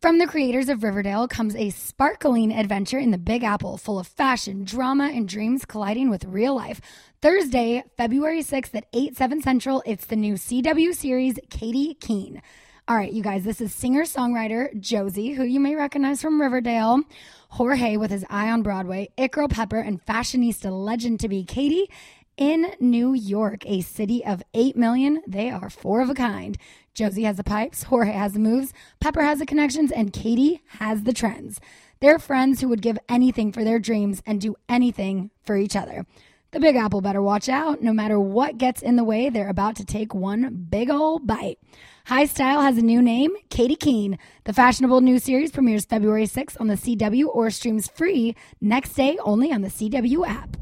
From the creators of Riverdale comes a sparkling adventure in the Big Apple full of fashion, drama, and dreams colliding with real life. Thursday, February 6th at 8, 7 Central, it's the new CW series, Katie Keene. All right, you guys, this is singer songwriter Josie, who you may recognize from Riverdale, Jorge with his eye on Broadway, Icaro Pepper, and fashionista legend to be Katie in New York, a city of 8 million. They are four of a kind. Josie has the pipes, Jorge has the moves, Pepper has the connections, and Katie has the trends. They're friends who would give anything for their dreams and do anything for each other. The Big Apple better watch out. No matter what gets in the way, they're about to take one big ol' bite. High Style has a new name, Katie Keene. The fashionable new series premieres February 6th on the CW or streams free next day only on the CW app.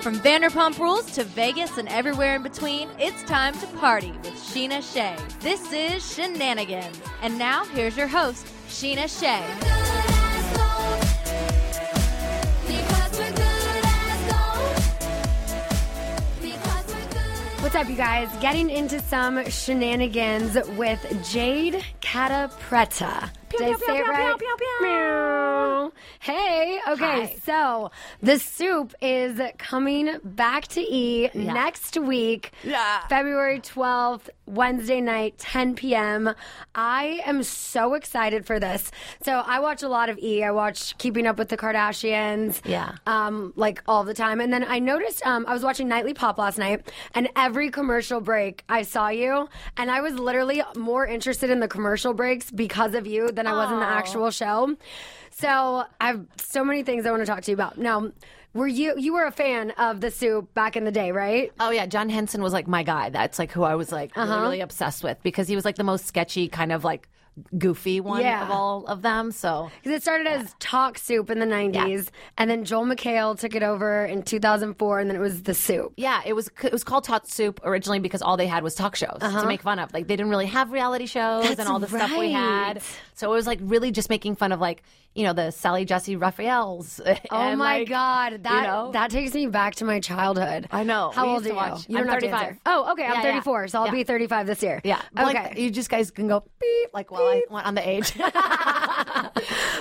From Vanderpump Rules to Vegas and everywhere in between, it's time to party with Sheena Shea. This is Shenanigans. And now, here's your host, Sheena Shea. What's up, you guys? Getting into some shenanigans with Jade Catapretta. Did I say it right? Meow. Hey, okay, so the soup is coming back to E next week, February 12th, Wednesday night, 10 p.m. I am so excited for this. So I watch a lot of E. I watch Keeping Up with the Kardashians. Yeah. Um, like all the time. And then I noticed um, I was watching Nightly Pop last night, and every commercial break I saw you, and I was literally more interested in the commercial breaks because of you than I was in the actual show. So I have so many things I want to talk to you about. Now, were you you were a fan of the soup back in the day, right? Oh yeah, John Henson was like my guy. That's like who I was like Uh-huh. really, really obsessed with because he was like the most sketchy kind of like goofy one Yeah. of all of them. So Because it started as Talk Soup in the 90s, and then Joel McHale took it over in 2004, and then it was The Soup. yeah, it was it was called Tot Soup originally because all they had was talk shows to make fun of. Like they didn't really have reality shows and Uh-huh. That's all the stuff we had. right. So it was like really just making fun of like you know the Sally Jesse Raphaels. Oh and, my like, God, that know? that takes me back to my childhood. I know. How We old are used you? to watch. You I'm don't have to 35. answer. Oh, okay, I'm Yeah, yeah. 34, so I'll Yeah. be 35 this year. Yeah, Okay. Like, you just guys can go beep like while I went on the age.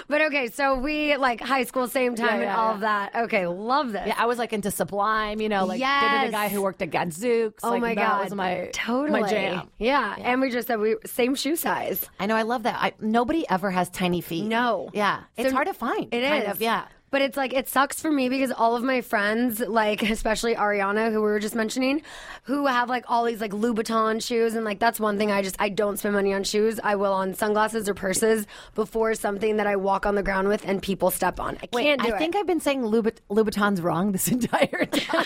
But okay, so we like high school, same time, Yeah, and yeah, all yeah. of that. Okay, love this. Yeah, I was like into Sublime, you know, like the Yes. guy who worked at Gadzooks. Oh like, my that god, was my totally my jam. Yeah. and we just said we same shoe size. I know, I love that. I, nobody ever has tiny feet. No, yeah, it's So- hard to find. It is, kind of, yeah. But it's like it sucks for me because all of my friends, like especially Ariana, who we were just mentioning, who have like all these like Louboutin shoes, and like that's one thing I just I don't spend money on shoes. I will on sunglasses or purses before something that I walk on the ground with and people step on. I can't do I it. think I've been saying Louboutin, Louboutins wrong this entire time.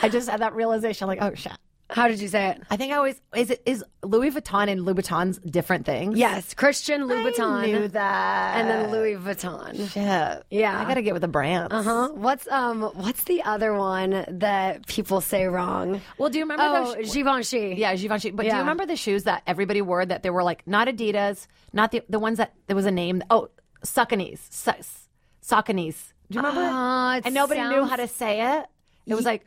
I just had that realization, like, oh shit. How did you say it? I think I always is it is Louis Vuitton and Louboutins different things. Yes, Christian Louboutin, I knew that. and then Louis Vuitton. yeah, Yeah. I gotta get with the brands. Uh Huh? What's um what's the other one that people say wrong? Well, do you remember Oh, those? Givenchy. Yeah, Givenchy. But do Yeah. you remember the shoes that everybody wore that they were like not Adidas, not the the ones that there was a name? Oh, Sauconys. Sauconys. Sauconys. Do you remember? Ah, it and nobody knew sounds- how to say it. It was like,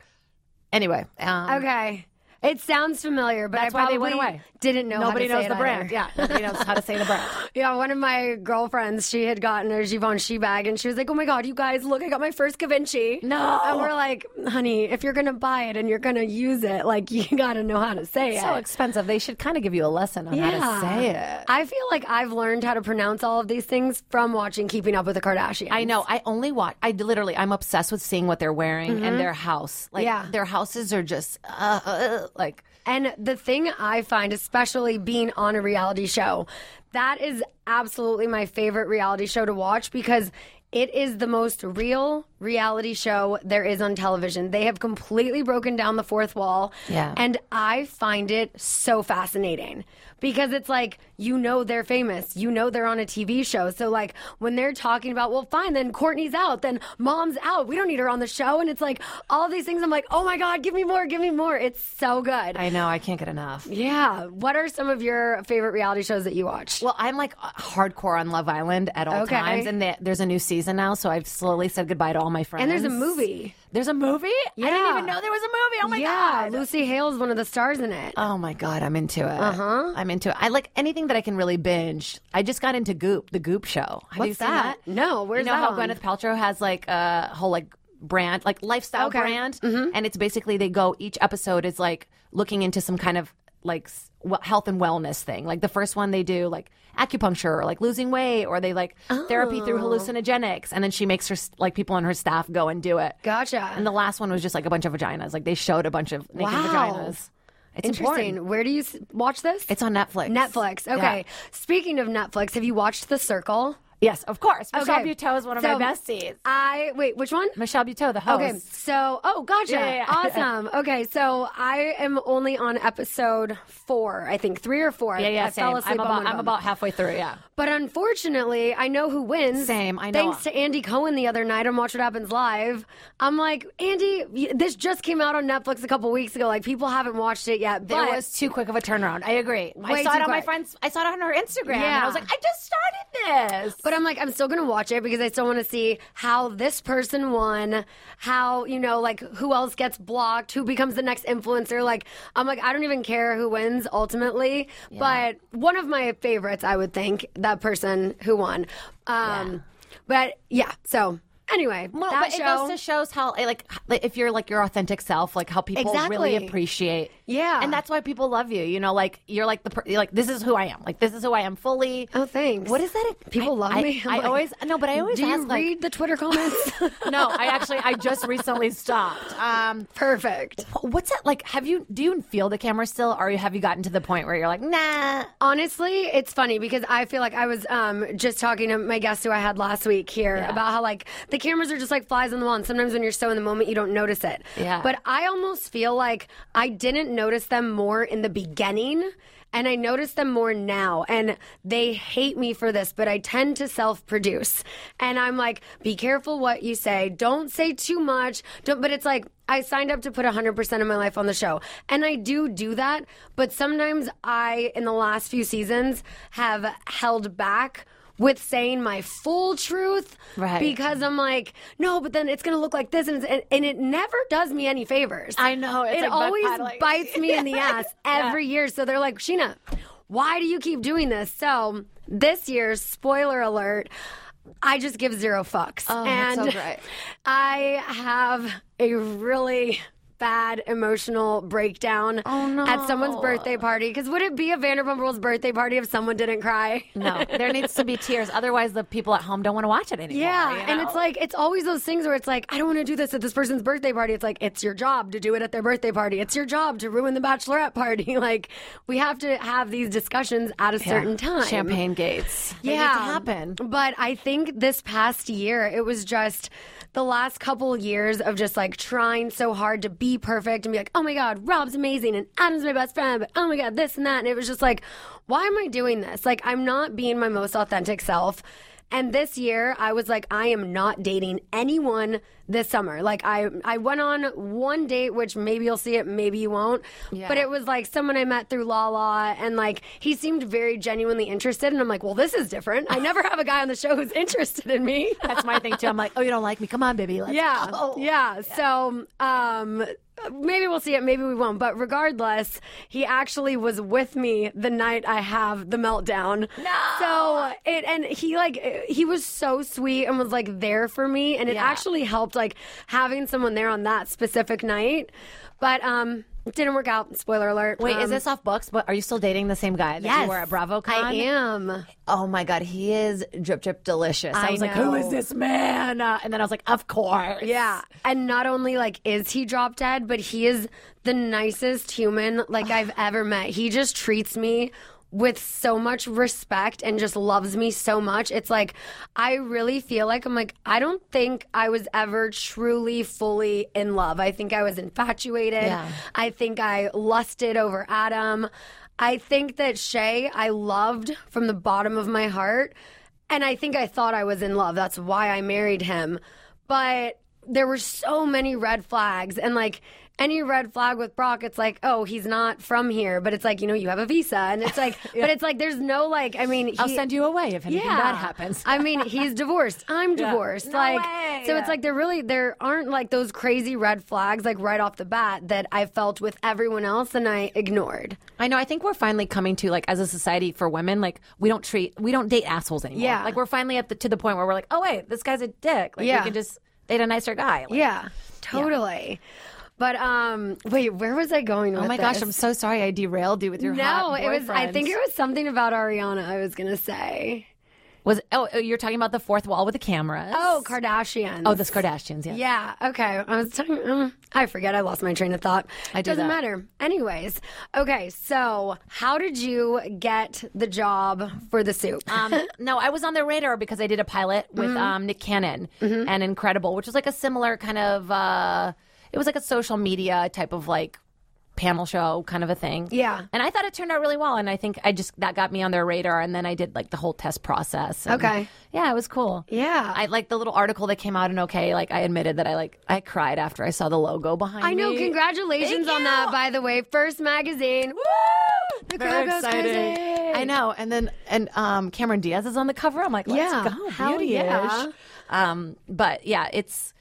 anyway. Um, Okay. It sounds familiar, but That's I why probably they went away. didn't know. Nobody how to say knows it the brand. either. Yeah, nobody knows how to say the brand. Yeah, one of my girlfriends, she had gotten her Givenchy bag, and she was like, "Oh my god, you guys, look! I got my first Givenchy." No. and we're like, "Honey, if you're gonna buy it and you're gonna use it, like you gotta know how to say so it." expensive. They should kind of give you a lesson on how to say it. I feel like I've learned how to pronounce all of these things from watching Keeping Up with the Kardashians. I know. I only watch. I literally, I'm obsessed with seeing what they're wearing and their house. Like Yeah. their houses are just uh, uh, like And the thing I find, especially being on a reality show, that is absolutely my favorite reality show to watch because it is the most real reality show there is on television. They have completely broken down the fourth wall. Yeah. And I find it so fascinating because it's like, you know, they're famous. You know, they're on a TV show. So, like, when they're talking about, well, fine, then Courtney's out, then mom's out. We don't need her on the show. And it's like, all these things. I'm like, oh my God, give me more, give me more. It's so good. I know. I can't get enough. Yeah. What are some of your favorite reality shows that you watch? Well, I'm like hardcore on Love Island at all Okay. times, and they, there's a new season now, so I've slowly said goodbye to all my friends. and there's a movie. There's a movie. I didn't Yeah. even know there was a movie. Oh my yeah, god. Lucy Hale's one of the stars in it. Uh-huh. Oh my god, I'm into it. Uh huh. I'm into it. I like anything that I can really binge. I just got into Goop, the Goop show. Have you What's seen that? that? No, where's you know that how on? Gwyneth Paltrow has like a whole like brand, like lifestyle Okay. Mm-hmm. brand, and it's basically they go each episode is like looking into some kind of like s- wel- health and wellness thing. Like the first one they do like acupuncture or like losing weight or they like therapy Oh. through hallucinogenics, and then she makes her s- like people on her staff go and do it. Gotcha. And the last one was just like a bunch of vaginas. Like they showed a bunch of naked Wow. vaginas. It's Interesting. important. Where do you s- watch this? It's on Netflix. Netflix. Okay. Yeah. Speaking of Netflix, have you watched The Circle? Yes, of course. Michelle Okay. Buteau is one of So, my besties. I wait, which one? Michelle Buteau, the host. Okay, so oh, gotcha, Yeah, yeah, yeah. awesome. Okay, so I am only on episode four, I think three or four. Yeah, yeah, I same. fell asleep I'm on about one of I'm them. about halfway through. Yeah. But unfortunately, I know who wins. Same, I know. Thanks to Andy Cohen the other night on Watch What Happens Live. I'm like, Andy, y- this just came out on Netflix a couple weeks ago. Like, people haven't watched it yet. There but was too quick of a turnaround. I agree. Way I saw too it on my quick. friend's. I saw it on her Instagram. And Yeah. I was like, I just started this. But I'm like, I'm still gonna watch it because I still want to see how this person won, how you know, like who else gets blocked, who becomes the next influencer. Like, I'm like, I don't even care who wins ultimately. But one of my favorites, I would think, that person who won. Um, But yeah, so anyway, Well, that but show, it goes to shows how eh, like like, if you're like your authentic self, like how people Exactly. really appreciate. Yeah. and that's why people love you. You know, like you're like the per- you're like this is who I am. Like this is who I am fully. Oh, thanks. What is that? People I- love I- me. I'm I like, always no, but I always do ask you like. read the Twitter comments? no, I actually I just recently stopped. Um, Perfect. what's that like? Have you do you feel the camera still, or have you gotten to the point where you're like, nah? Honestly, it's funny because I feel like I was um, just talking to my guest who I had last week here about how like the cameras are just like flies on the wall. And sometimes when you're so in the moment, you don't notice it. Yeah. But I almost feel like I didn't notice them more in the beginning. And I notice them more now, and they hate me for this, but I tend to self produce. And I'm like, be careful what you say. Don't say too much. Don't, but it's like, I signed up to put 100% of my life on the show. And I do do that, but sometimes I, in the last few seasons, have held back with saying my full truth Right. because I'm like, no, but then it's going to look like this. And, it's- and, and it never does me any favors. I know, it's it like always backpedaling. bites me in the ass every year. So they're like, Sheena, why do you keep doing this? So this year, spoiler alert, I just give zero fucks. Oh, that's and so great. I have a really bad emotional breakdown Oh, at someone's birthday party. Because would it be a Vanderpump Rules birthday party if someone didn't cry? No, there needs to be tears. Otherwise, the people at home don't want to watch it anymore. Yeah, you and know? it's like it's always those things where it's like I don't want to do this at this person's birthday party. It's like it's your job to do it at their birthday party. It's your job to ruin the bachelorette party. Like we have to have these discussions at a certain time. champagne gates. They need Yeah, to happen. But I think this past year it was just the last couple years of just like trying so hard to be perfect and be like, oh my god, Rob's amazing and Adam's my best friend, but oh my god, this and that, and it was just like, why am I doing this? Like I'm not being my most authentic self. And this year, I was like, I am not dating anyone this summer. Like I I went on one date, which maybe you'll see it, maybe you won't. But it was like someone I met through La La, and like he seemed very genuinely interested, and I'm like, well, this is different. I never have a guy on the show who's interested in me. That's my thing too. I'm like, oh, you don't like me? Come on, baby. Let's Yeah. go. Yeah. So, um, maybe we'll see it, maybe we won't. But regardless, he actually was with me the night I have the meltdown. No. So it and he like he was so sweet and was like there for me, and it actually helped like having someone there on that specific night. But um, it didn't work out. Spoiler alert. Wait, Um, is this off books? But are you still dating the same guy that Yes. you were at BravoCon? I am. Oh my god, he is drip drip delicious. I, I was like, who know. is this man? Uh, and then I was like, of course. Yeah. And not only like is he drop dead, but he is the nicest human like I've ever met. He just treats me with so much respect and just loves me so much. It's like I really feel like I'm like I don't think I was ever truly fully in love. I think I was infatuated. I think I lusted over Adam. I think that Shay I loved from the bottom of my heart. And I think I thought I was in love. That's why I married him. But there were so many red flags. And like any red flag with Brock, it's like, oh, he's not from here. But it's like, you know, you have a visa. And it's like, but it's like, there's no like, I mean, I'll he- send you away if anything bad happens. I mean, he's divorced. I'm divorced. like, so it's like there really there aren't like those crazy red flags like right off the bat that I felt with everyone else and I ignored. I know. I think we're finally coming to like as a society for women, like we don't treat, we don't date assholes anymore. Yeah. Like we're finally up the, to the point where we're like, oh wait, this guy's a dick. Like Yeah. we can just date a nicer guy. Like, Yeah, totally. But um, wait, where was I going? Oh my gosh, I'm so sorry I derailed you with your no. hot It was. I think boyfriends. it was something about Ariana. I was gonna say. was. Oh, oh, you're talking about the fourth wall with the cameras. Oh, Kardashian. oh, the Kardashians. Yeah. Yeah. Okay. I was talking. Um, I forget. I lost my train of thought. I do Doesn't that. matter. Anyways. Okay. So, how did you get the job for the soup? um, no, I was on their radar because I did a pilot with Mm-hmm. um, Nick Cannon and Incredible, which was like a similar kind of. Uh, it was like a social media type of like panel show kind of a thing. Yeah. and I thought it turned out really well, and I think I just that got me on their radar, and then I did like the whole test process. and- Okay. yeah, it was cool. Yeah. I like the little article that came out in OK. Like I admitted that I like I cried after I saw the logo behind. I know. me. Congratulations Thank on you. that, by the way. First magazine. Woo! The crowd goes crazy. I know. And then and um Cameron Diaz is on the cover. I'm like, let's Yeah. go, Hell beauty yeah. Um, but yeah, it's.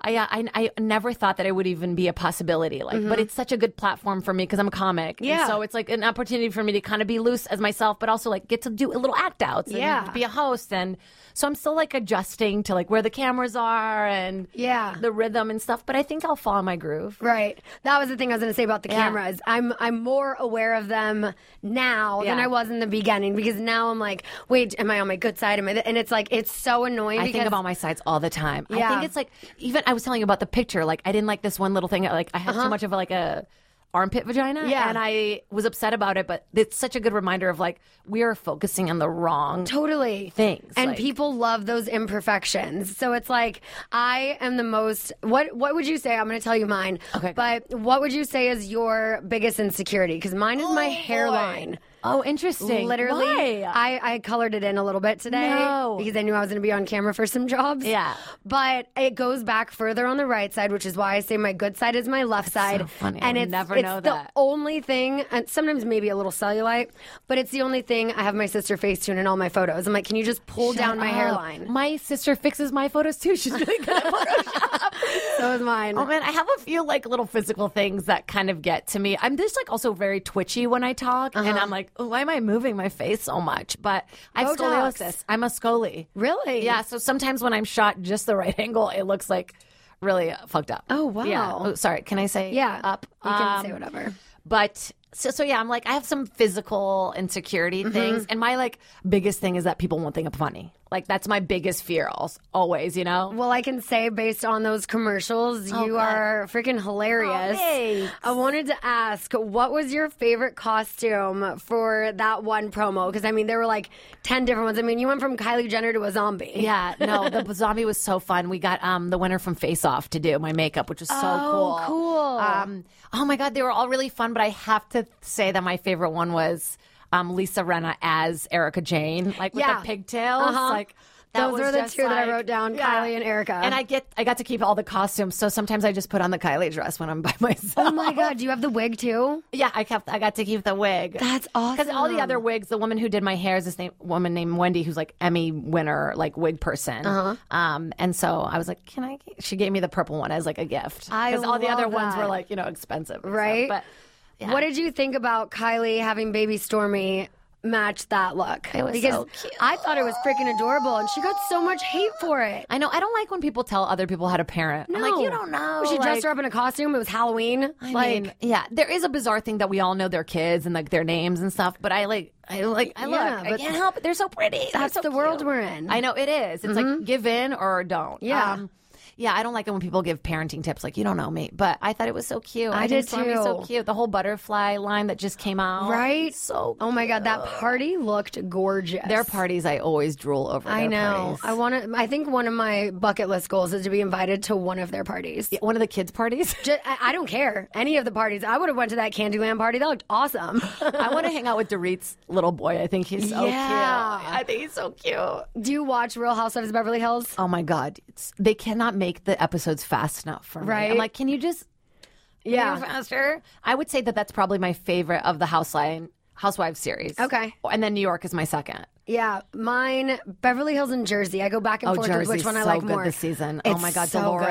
I, uh, I, I never thought that it would even be a possibility like but it's such a good platform for me because i'm a comic and Mm-hmm. Yeah. so it's like an opportunity for me to kind of be loose as myself but also like get to do a little act outs and Yeah. be a host and so i'm still like adjusting to like where the cameras are and Yeah. the rhythm and stuff but i think i'll fall in my groove Right. That was the thing I was going to say about the Yeah. cameras. I'm I'm more aware of them now than Yeah. I was in the beginning because now I'm like, wait, am I on my good side? Am I? Th-? And it's like it's so annoying. I because think about my sides all the time. I Yeah. think it's like even I was telling you about the picture. Like I didn't like this one little thing. uh, Like I had so much of like a armpit vagina. Yeah. and I was upset about it. But it's such a good reminder of like we are focusing on the wrong. totally things, and like- people love those imperfections so it's like i am the most what what would you say i'm going to tell you mine Okay, go. but what would you say is your biggest insecurity because mine is my hairline Oh, interesting. Literally, Why? I, I colored it in a little bit today No. because I knew I was going to be on camera for some jobs. Yeah. but it goes back further on the right side, which is why I say my good side is my left side. so funny. And I it's never it's know the that. only thing, and sometimes maybe a little cellulite, but it's the only thing I have my sister Facetune in all my photos. I'm like, can you just pull down my Oh, hairline? My sister fixes my photos too. She's really good at Photoshop. That was mine. Oh man, I have a few like little physical things that kind of get to me. I'm just like also very twitchy when I talk, Uh-huh. and I'm like, oh, why am I moving my face so much? But I have Botox. scoliosis. I'm a scoli. Really? Yeah. So sometimes when I'm shot just the right angle, it looks like really uh, fucked up. Oh, wow. Yeah. Oh, sorry. Can I say yeah, up? You can say Um, whatever. But. So, so yeah, I'm like I have some physical insecurity Mm-hmm. things, and my like biggest thing is that people won't think I'm funny. Like that's my biggest fear, als- always, you know. Well, I can say based on those commercials, you are freaking hilarious. Oh, thanks. I wanted to ask, what was your favorite costume for that one promo? Because I mean, there were like ten different ones. I mean, you went from Kylie Jenner to a zombie. Yeah, no, the zombie was so fun. We got um the winner from Face Off to do my makeup, which was so Oh, cool. cool. Um, oh my god, they were all really fun. But I have to say that my favorite one was um Lisa Renna as Erica Jane, like with Yeah. Uh-huh. the pigtails, like. that Those was were the just two that I like- wrote down, Yeah. Kylie and Erica. And I get I got to keep all the costumes, so sometimes I just put on the Kylie dress when I'm by myself. Oh my god, do you have the wig too? Yeah, I kept. I got to keep the wig. That's Because all the awesome. other wigs, the woman who did my hair is this name, woman named Wendy, who's like Emmy winner, like wig person. Uh-huh. Um, and so I was like, "Can I?" get-" She gave me the purple one as like a gift. I Because all the love other ones were that. like you know expensive, and Right? Stuff. But yeah. What did you think about Kylie having baby Stormy match that look? It was because so cute. I thought it was freaking adorable, and she got so much hate for it. I know I don't like when people tell other people how to parent. I'm like, you don't know. She dressed like- her up in a costume. It was Halloween. I like, mean, yeah, there is a bizarre thing that we all know their kids and like their names and stuff, but I like, I like, Yeah, I look, I but can't help it. They're so pretty. They're That's so the world cute. we're in. Mm-hmm. I know it is. It's like give in or don't. Um, Yeah. yeah, I don't like it when people give parenting tips. Like you don't know me, but I thought it was so cute. I, did think Stormy's So too. cute. The whole butterfly line that just came out. right? So. oh my god, that party looked gorgeous. Their parties, I always drool over. I their know. parties. I want to. I think one of my bucket list goals is to be invited to one of their parties. one of the kids' parties. Ju- I, I don't care any of the parties. I would have went to that Candyland party. That looked awesome. I want to hang out with Dorit's little boy. I think he's so Yeah. cute. I think he's so cute. Do you watch Real Housewives of Beverly Hills? oh my god it's, they cannot make the episodes fast enough for me Right? i'm like can you just do Yeah. faster i would say that that's probably my favorite of the houseline housewives series Okay. and then new york is my second Yeah. Mine, Beverly Hills and Jersey. I go back and Oh, forth with which Jersey's one I so like good more. this season. Oh It's my God, so Dolores.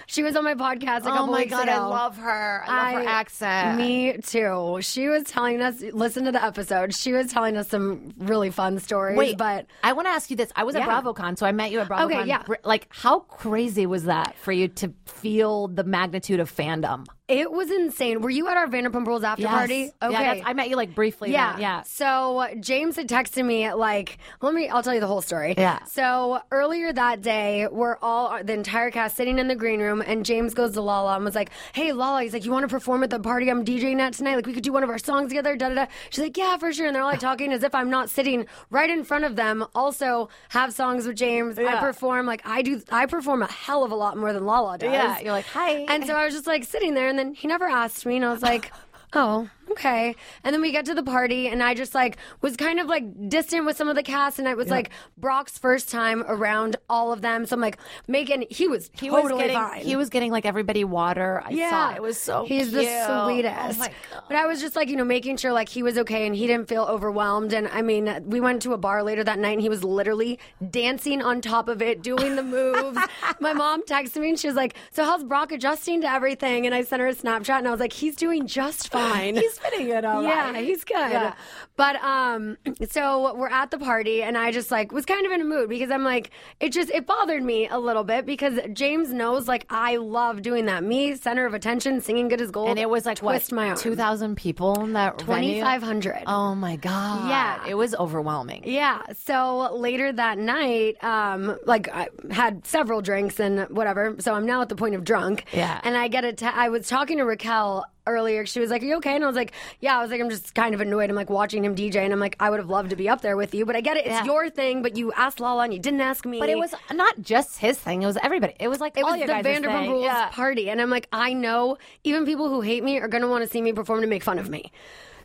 Oh good. She was on my podcast a couple weeks ago. her I- Me too. She was telling us, listen to the episode. She was telling us some really fun stories. Wait, but I want to ask you this. I was at Yeah. BravoCon, so I met you at BravoCon. Okay, yeah. Br- Like, how crazy was that for you to feel the magnitude of fandom? it was insane. Were you at our Vanderpump Rules after Yes. party? Yeah, Okay. that's- I met you like briefly. Yeah. then. yeah. So James had texted me at like, let me, I'll tell you the whole story. Yeah. So earlier that day, we're all, the entire cast sitting in the green room, and James goes to Lala and was like, hey, Lala, he's like, you want to perform at the party I'm DJing at tonight? Like, we could do one of our songs together, da da da. She's like, yeah, for sure. And they're all like talking as if I'm not sitting right in front of them. Also, have songs with James. I perform, like, I do, I perform a hell of a lot more than Lala does. Yeah, you're like, "Hi." And so I was just like sitting there, and then he never asked me, and I was like, oh, okay. And then we get to the party, and I just like was kind of like distant with some of the cast, and it was like Brock's first time around all of them. So I'm like, Megan, he was He totally was getting, fine. He was getting like everybody water. I yeah, saw it. It was so He's cute. the sweetest. Oh my God. But I was just like, you know, making sure like he was okay and he didn't feel overwhelmed. And I mean, we went to a bar later that night and he was literally dancing on top of it, doing the moves. My mom texted me and she was like, "So how's Brock adjusting to everything?" And I sent her a Snapchat and I was like, "He's doing just fine. He's fitting it all yeah, right. he's good." Yeah. But um, so we're at the party and I just like was kind of in a mood because I'm like, it just it bothered me a little bit because James knows like I love doing that. Me, center of attention, singing good as gold. And it was like twist what, my arm. two thousand people in that venue. 2,500. Oh my god! Yeah. it was overwhelming. Yeah. So later that night, um, like I had several drinks and whatever. So I'm now at the point of drunk. Yeah. And I get a. Te- I was talking to Raquel earlier. She was like, "Are you okay?" And I was like, "Yeah." I was like, "I'm just kind of annoyed." I'm like watching him DJ, and I'm like, "I would have loved to be up there with you, but I get it. It's Yeah. your thing, but you asked Lala and you didn't ask me." But it was not just his thing; it was everybody. It was like It all was the your guys' Vanderpump thing. Rules Yeah. party. And I'm like, I know even people who hate me are going to want to see me perform to make fun of me.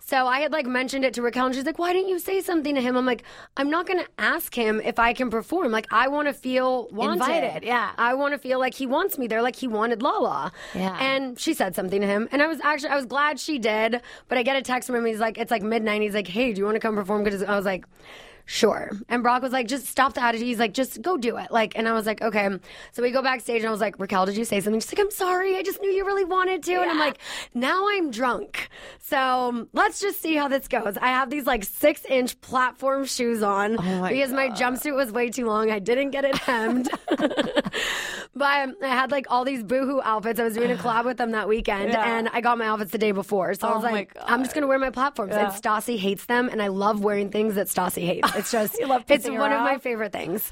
So I had like mentioned it to Raquel and she's like, why didn't you say something to him? I'm like, I'm not going to ask him if I can perform. Like, I want to feel wanted. Invited, yeah. I want to feel like he wants me there, like he wanted Lala. Yeah. And she said something to him. And I was actually, I was glad she did. But I get a text from him. He's like, it's like mid 90s. Like, hey, do you want to come perform? Because I was like, sure. And Brock was like, just stop the attitude. He's like, just go do it. Like, and I was like, okay. So we go backstage and I was like, Raquel, did you say something? She's like, I'm sorry. I just knew you really wanted to. And I'm like, now I'm drunk. So um, let's just see how this goes. I have these like six inch platform shoes on my because my jumpsuit was way too long. I didn't get it hemmed. But um, I had like all these boohoo outfits. I was doing a collab with them that weekend, and I got my outfits the day before. So I was Oh my like, God. I'm just gonna wear my platforms. And Stassi hates them, and I love wearing things that Stassi hates. It's just, You love it's pissing her one of my off. favorite things.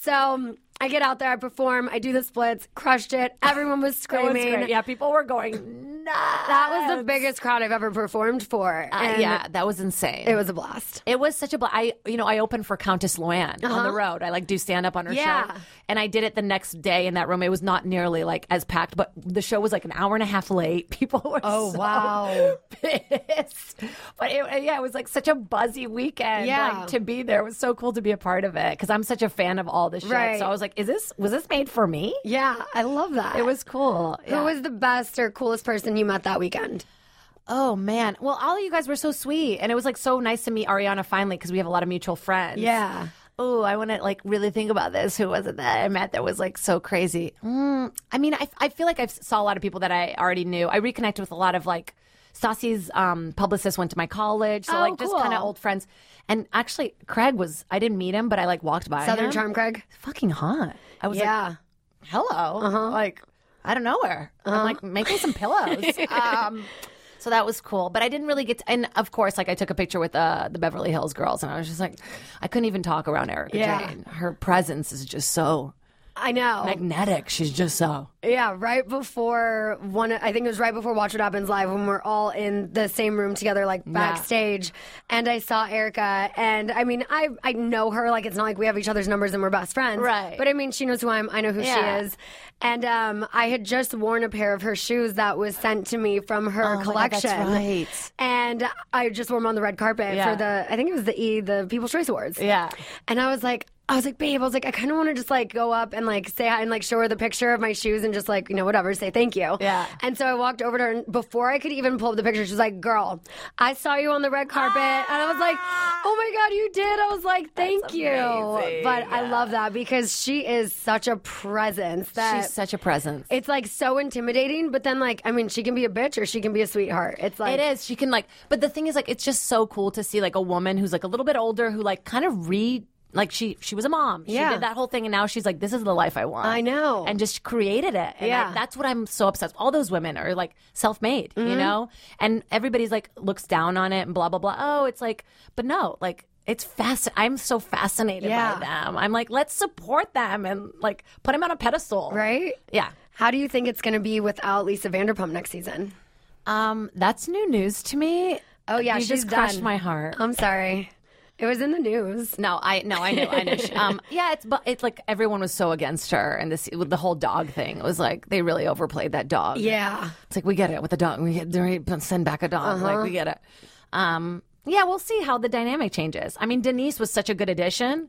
So. um, I get out there, I perform, I do the splits, crushed it. Everyone was It was screaming. great. Yeah, people were going That was the biggest crowd I've ever performed for. Uh, and yeah, that was insane. It was a blast. It was such a bl- I you know I opened for Countess Luann on the road. I like do stand up on her Uh-huh. Yeah. show, and I did it the next day in that room. It was not nearly like as packed, but the show was like an hour and a half late. People were Oh, so wow. pissed, but it, uh, yeah, it was like such a buzzy weekend. Yeah. like, to be there was so cool to be a part of it because I'm such a fan of all this shit. Right. So I was like, is this was this made for me? Yeah, I love that. It was cool. Who Yeah. was the best or coolest person you met that weekend? Oh man! Well, all of you guys were so sweet, and it was like so nice to meet Ariana finally because we have a lot of mutual friends. Yeah. Oh, I want to like really think about this. Who was it that I met that was like so crazy? Mm, I mean, I, I feel like I saw a lot of people that I already knew. I reconnected with a lot of like Sassy's um, publicist went to my college, so Oh, like just cool. kind of old friends. And actually, Craig was I didn't meet him, but I like walked by Southern him. Charm, Craig. Fucking hot. I was like, Yeah. Uh-huh. hello like i don't know her i'm like make me some pillows um so that was cool but i didn't really get to, and of course like i took a picture with uh, the beverly hills girls and i was just like i couldn't even talk around erica Yeah. Oh. jane her presence is just so I know. magnetic she's just so yeah, right before one, I think it was right before Watch What Happens Live when we're all in the same room together, like backstage. And I saw Erica, and I mean, I I know her. Like, it's not like we have each other's numbers and we're best friends, Right. But I mean, she knows who I am. I know who Yeah. she is. And um, I had just worn a pair of her shoes that was sent to me from her Oh my God, that's collection, right. And I just wore them on the red carpet Yeah. for the, I think it was the E, the People's Choice Awards, yeah and I was like, I was like, babe, I was like, I kind of want to just like go up and like say hi and like show her the picture of my shoes and just like, you know, whatever, say thank you. Yeah. And so I walked over to her and before I could even pull up the picture, she was like, girl, I saw you on the red carpet. And I was like, oh my God, you did. I was like, thank you. But I love that because she is such a presence that. she's such a presence it's like so intimidating, but then like I mean, she can be a bitch or she can be a sweetheart. It's like it is. She can like, but the thing is, like, it's just so cool to see like a woman who's like a little bit older who like kind of read like she she was a mom. She Yeah. did that whole thing, and now she's like, this is the life I want. I know. and just created it. And Yeah. I- that's what I'm so obsessed. All those women are like self made, Mm-hmm. you know, and everybody's like looks down on it and blah blah blah. Oh, it's like, but no, like. It's fast. I'm so fascinated Yeah. by them. I'm like, let's support them and like put them on a pedestal, right. Yeah. How do you think it's going to be without Lisa Vanderpump next season? Um, that's new news to me. Oh yeah, you she's just crushed done. my heart. I'm sorry. It was in the news. No, I no, I knew, I knew. She- um, yeah, it's but it's like everyone was so against her, and this with the whole dog thing. It was like they really overplayed that dog. Yeah. it's like we get it with the dog. We get they send back a dog. Uh-huh. Like we get it. Um, yeah, we'll see how the dynamic changes. I mean, Denise was such a good addition.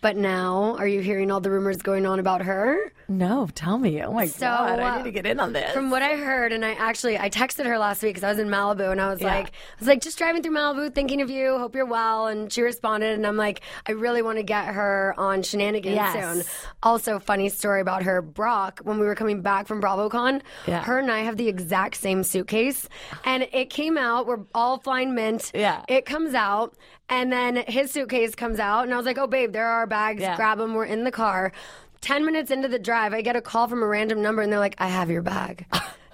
But now, are you hearing all the rumors going on about her? No, tell me. Oh my So, god, I uh, need to get in on this. From what I heard, and I actually I texted her last week because I was in Malibu, and I was like, I was like, just driving through Malibu, thinking of you. Hope you're well. And she responded, and I'm like, I really want to get her on Shenanigans Yes. soon. Also, funny story about her, Brock. When we were coming back from BravoCon, Yeah. her and I have the exact same suitcase, and it came out. We're all flying mint. Yeah. it comes out. And then his suitcase comes out, and I was like, "Oh, babe, there are our bags. Yeah. Grab them. We're in the car." Ten minutes into the drive, I get a call from a random number, and they're like, "I have your bag,"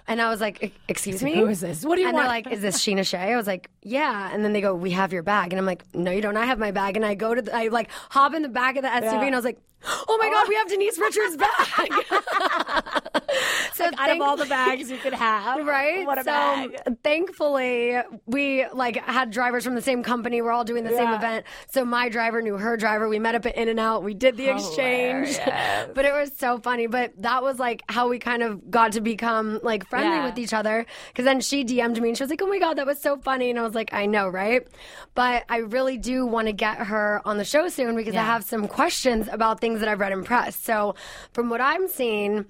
and I was like, "E- "Excuse me, Who is this? What do you and want? they're like, "Is this Sheena Shea?" I was like, "Yeah," and then they go, "We have your bag," and I'm like, "No, you don't. I have my bag." And I go to, the, I like hop in the back of the SUV, Yeah. and I was like, "Oh my god, we have Denise Richards' bag!" so out of thank- all the bags you could have, Right. What a so bag. thankfully, we like had drivers from the same company. We're all doing the same Yeah. event. So my driver knew her driver. We met up at In and Out. We did the exchange. but it was so funny. But that was like how we kind of got to become like friendly Yeah. with each other. Because then she DM'd me and she was like, "Oh my god, that was so funny." And I was like, "I know, right?" But I really do want to get her on the show soon because I have some questions about things that I've read in press. So from what I'm seeing.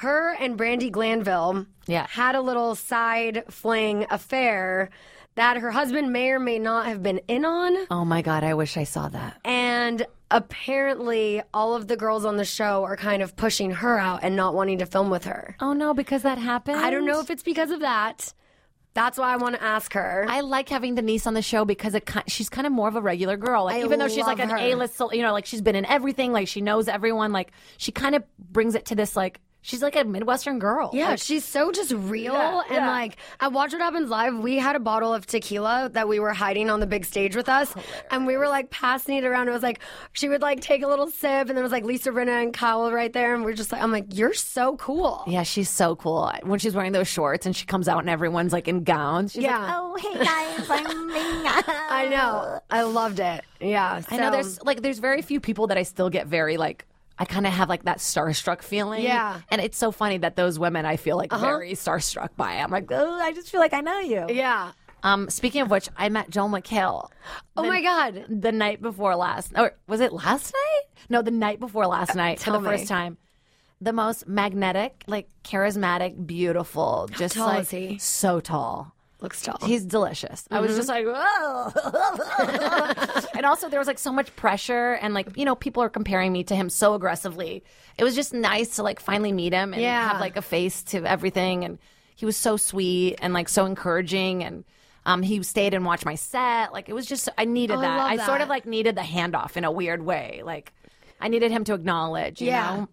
Her and Brandy Glanville Yeah. had a little side fling affair that her husband may or may not have been in on. Oh my god, I wish I saw that. And apparently, all of the girls on the show are kind of pushing her out and not wanting to film with her. Oh no, because that happened. I don't know if it's because of that. That's why I want to ask her. I like having Denise on the show because it ki- she's kind of more of a regular girl. Like I even though she's love like an her. A list, you know, like she's been in everything, like she knows everyone. Like she kind of brings it to this like she's like a Midwestern girl. Yeah, Like, she's so just real. Yeah, and yeah. like at Watch What Happens Live, we had a bottle of tequila that we were hiding on the big stage with us. And we were like passing it around. It was like she would like take a little sip and there was like Lisa Rinna and Kyle right there. And we're just like, I'm like, you're so cool. yeah, she's so cool. When she's wearing those shorts and she comes out and everyone's like in gowns. She's Yeah. like, oh hey guys, I'm I know. I loved it. Yeah. I know so- there's like there's very few people that I still get very like I kind of have like that starstruck feeling. Yeah. Uh-huh. and it's so funny that those women I feel like very starstruck by. I'm like, oh, I just feel like I know you. Yeah. Um, speaking of which, I met Joel McHale. Oh my God. the night before last or was it last night no the night before last night for Uh, tell the me. first time the most magnetic like charismatic beautiful just tall like is he? so tall Looks tall. He's delicious. I was just like, Mm-hmm. whoa. and also, there was like so much pressure, and like, you know, people are comparing me to him so aggressively. It was just nice to like finally meet him and Yeah. have like a face to everything. And he was so sweet and like so encouraging. And um, he stayed and watched my set. Like, it was just, I needed Oh, I that. love I sort of that. like needed the handoff in a weird way. Like, I needed him to acknowledge, you Yeah. know?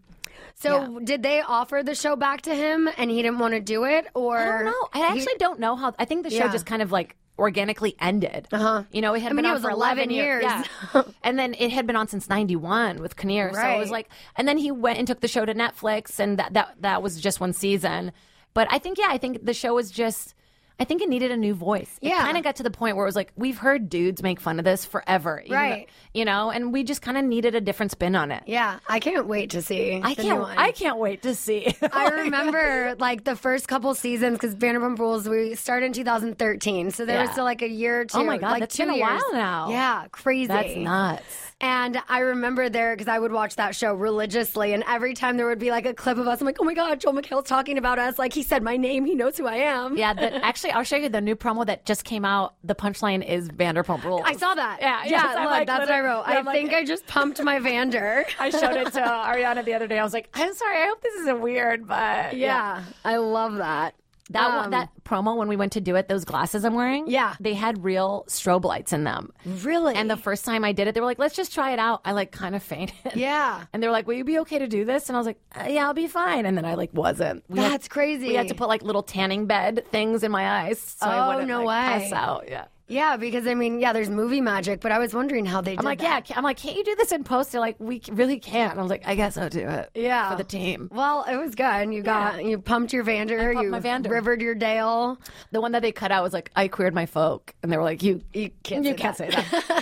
so did they offer the show back to him and he didn't want to do it? Or I don't know. I actually don't know how. I think the show Yeah. just kind of like organically ended. Uh-huh. You know, it I had mean, been it on was for 11 11 years. Yeah. and then it had been on since 91 with Kinnear. So it Right. was like, and then he went and took the show to Netflix, and that, that, that was just one season. But I think, yeah, I think the show was just. I think it needed a new voice. Yeah. It kind of got to the point where it was like, we've heard dudes make fun of this forever. even though- Right. you know, and we just kind of needed a different spin on it. Yeah. I can't wait to see. I the can't, new one. I can't wait to see. I remember like the first couple seasons because Vanderpump Rules we started in 2013, so there was Yeah. still like a year or two. Oh my God, like that's two been a years. while now. Yeah, crazy. That's nuts. And I remember there because I would watch that show religiously, and every time there would be like a clip of us, I'm like, oh my God, Joel McHale's talking about us. Like he said my name, he knows who I am. Yeah, that actually, I'll show you the new promo that just came out. The punchline is Vanderpump Rules. I saw that. Yeah, yeah, yes, I'm look, like, that's what I literally- wrote. yeah, I I'm like- think I just pumped my Vander. I showed it to Ariana the other day. I was like, I'm sorry, I hope this isn't weird, but yeah, I love that. That one Um, that promo when we went to do it, those glasses I'm wearing, Yeah. they had real strobe lights in them. really And the first time I did it, they were like, "Let's just try it out." I like kind of fainted. Yeah. And they were like, "Will you be okay to do this?" And I was like, uh, "Yeah, I'll be fine." And then I like wasn't. We had- That's crazy. We had to put like little tanning bed things in my eyes so Oh, I wouldn't no like, way. pass out. Yeah. yeah, because I mean, yeah, there's movie magic, but I was wondering how they did I'm like, that. yeah. ca- I'm like, can't you do this in post? They're like, we c- really can't. I was like, I guess I'll do it. Yeah. for the team. Well, it was good. You got you pumped your Vander, I pumped you my Vander. rivered your Dale. The one that they cut out was like, I queered my folk, and they were like, you, You can't. you say can't that. say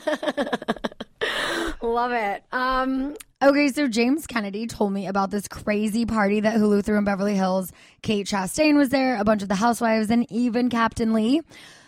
that. Love it. Um, Okay, so James Kennedy told me about this crazy party that Hulu threw in Beverly Hills. Kate Chastain was there, a bunch of the housewives, and even Captain Lee.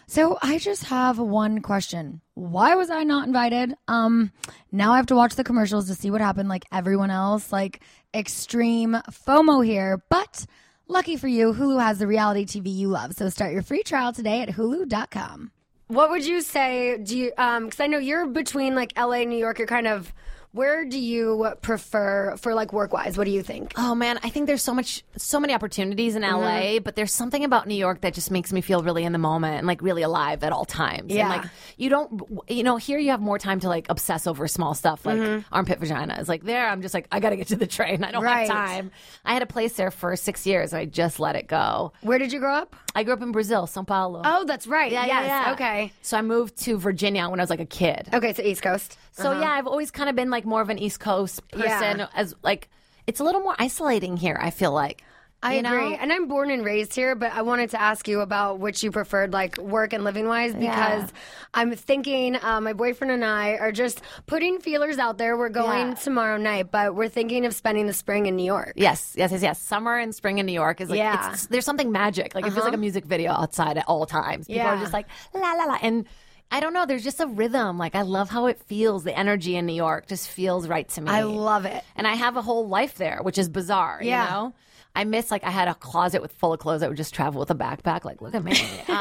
So I just have one question. Why was I not invited? Um, now I have to watch the commercials to see what happened like everyone else, like extreme FOMO here. But lucky for you, Hulu has the reality TV you love. So start your free trial today at hulu.com. what would you say? Do you? Um, because I know you're between like L.A. and New York. You're kind of. Where do you prefer for like work wise? What do you think? oh man, I think there's so much, so many opportunities in LA, Mm-hmm. but there's something about New York that just makes me feel really in the moment and like really alive at all times. Yeah. and, like you don't, you know, here you have more time to like obsess over small stuff like armpit vaginas. Like there, I'm just like, I got to get to the train. I don't Mm-hmm. Right. have time. I had a place there for six years, and I just let it go. Where did you grow up? I grew up in Brazil, São Paulo. Oh, that's right. Yeah, yeah, yes. yeah. Okay. So I moved to Virginia when I was like a kid. Okay. So East Coast. So yeah, I've always kind of been like more of an East Coast Uh-huh. Yeah. person. As like, it's a little more isolating here. I feel like. I you agree. Know? And I'm born and raised here, but I wanted to ask you about which you preferred, like work and living wise, because I'm thinking uh, my boyfriend and I are just putting feelers out there. We're going Yeah. tomorrow night, but we're thinking of spending the spring in New York. Yes, yes, yes, yes. Summer and spring in New York is like Yeah. Uh-huh. it's, there's something magic. Like it feels like a music video outside at all times. People Yeah. are just like la la la, and I don't know. There's just a rhythm. Like I love how it feels. The energy in New York just feels right to me. I love it. and I have a whole life there, which is bizarre. Yeah. You know? I miss like I had a closet with full of clothes. I would just travel with a backpack. Like, look at me.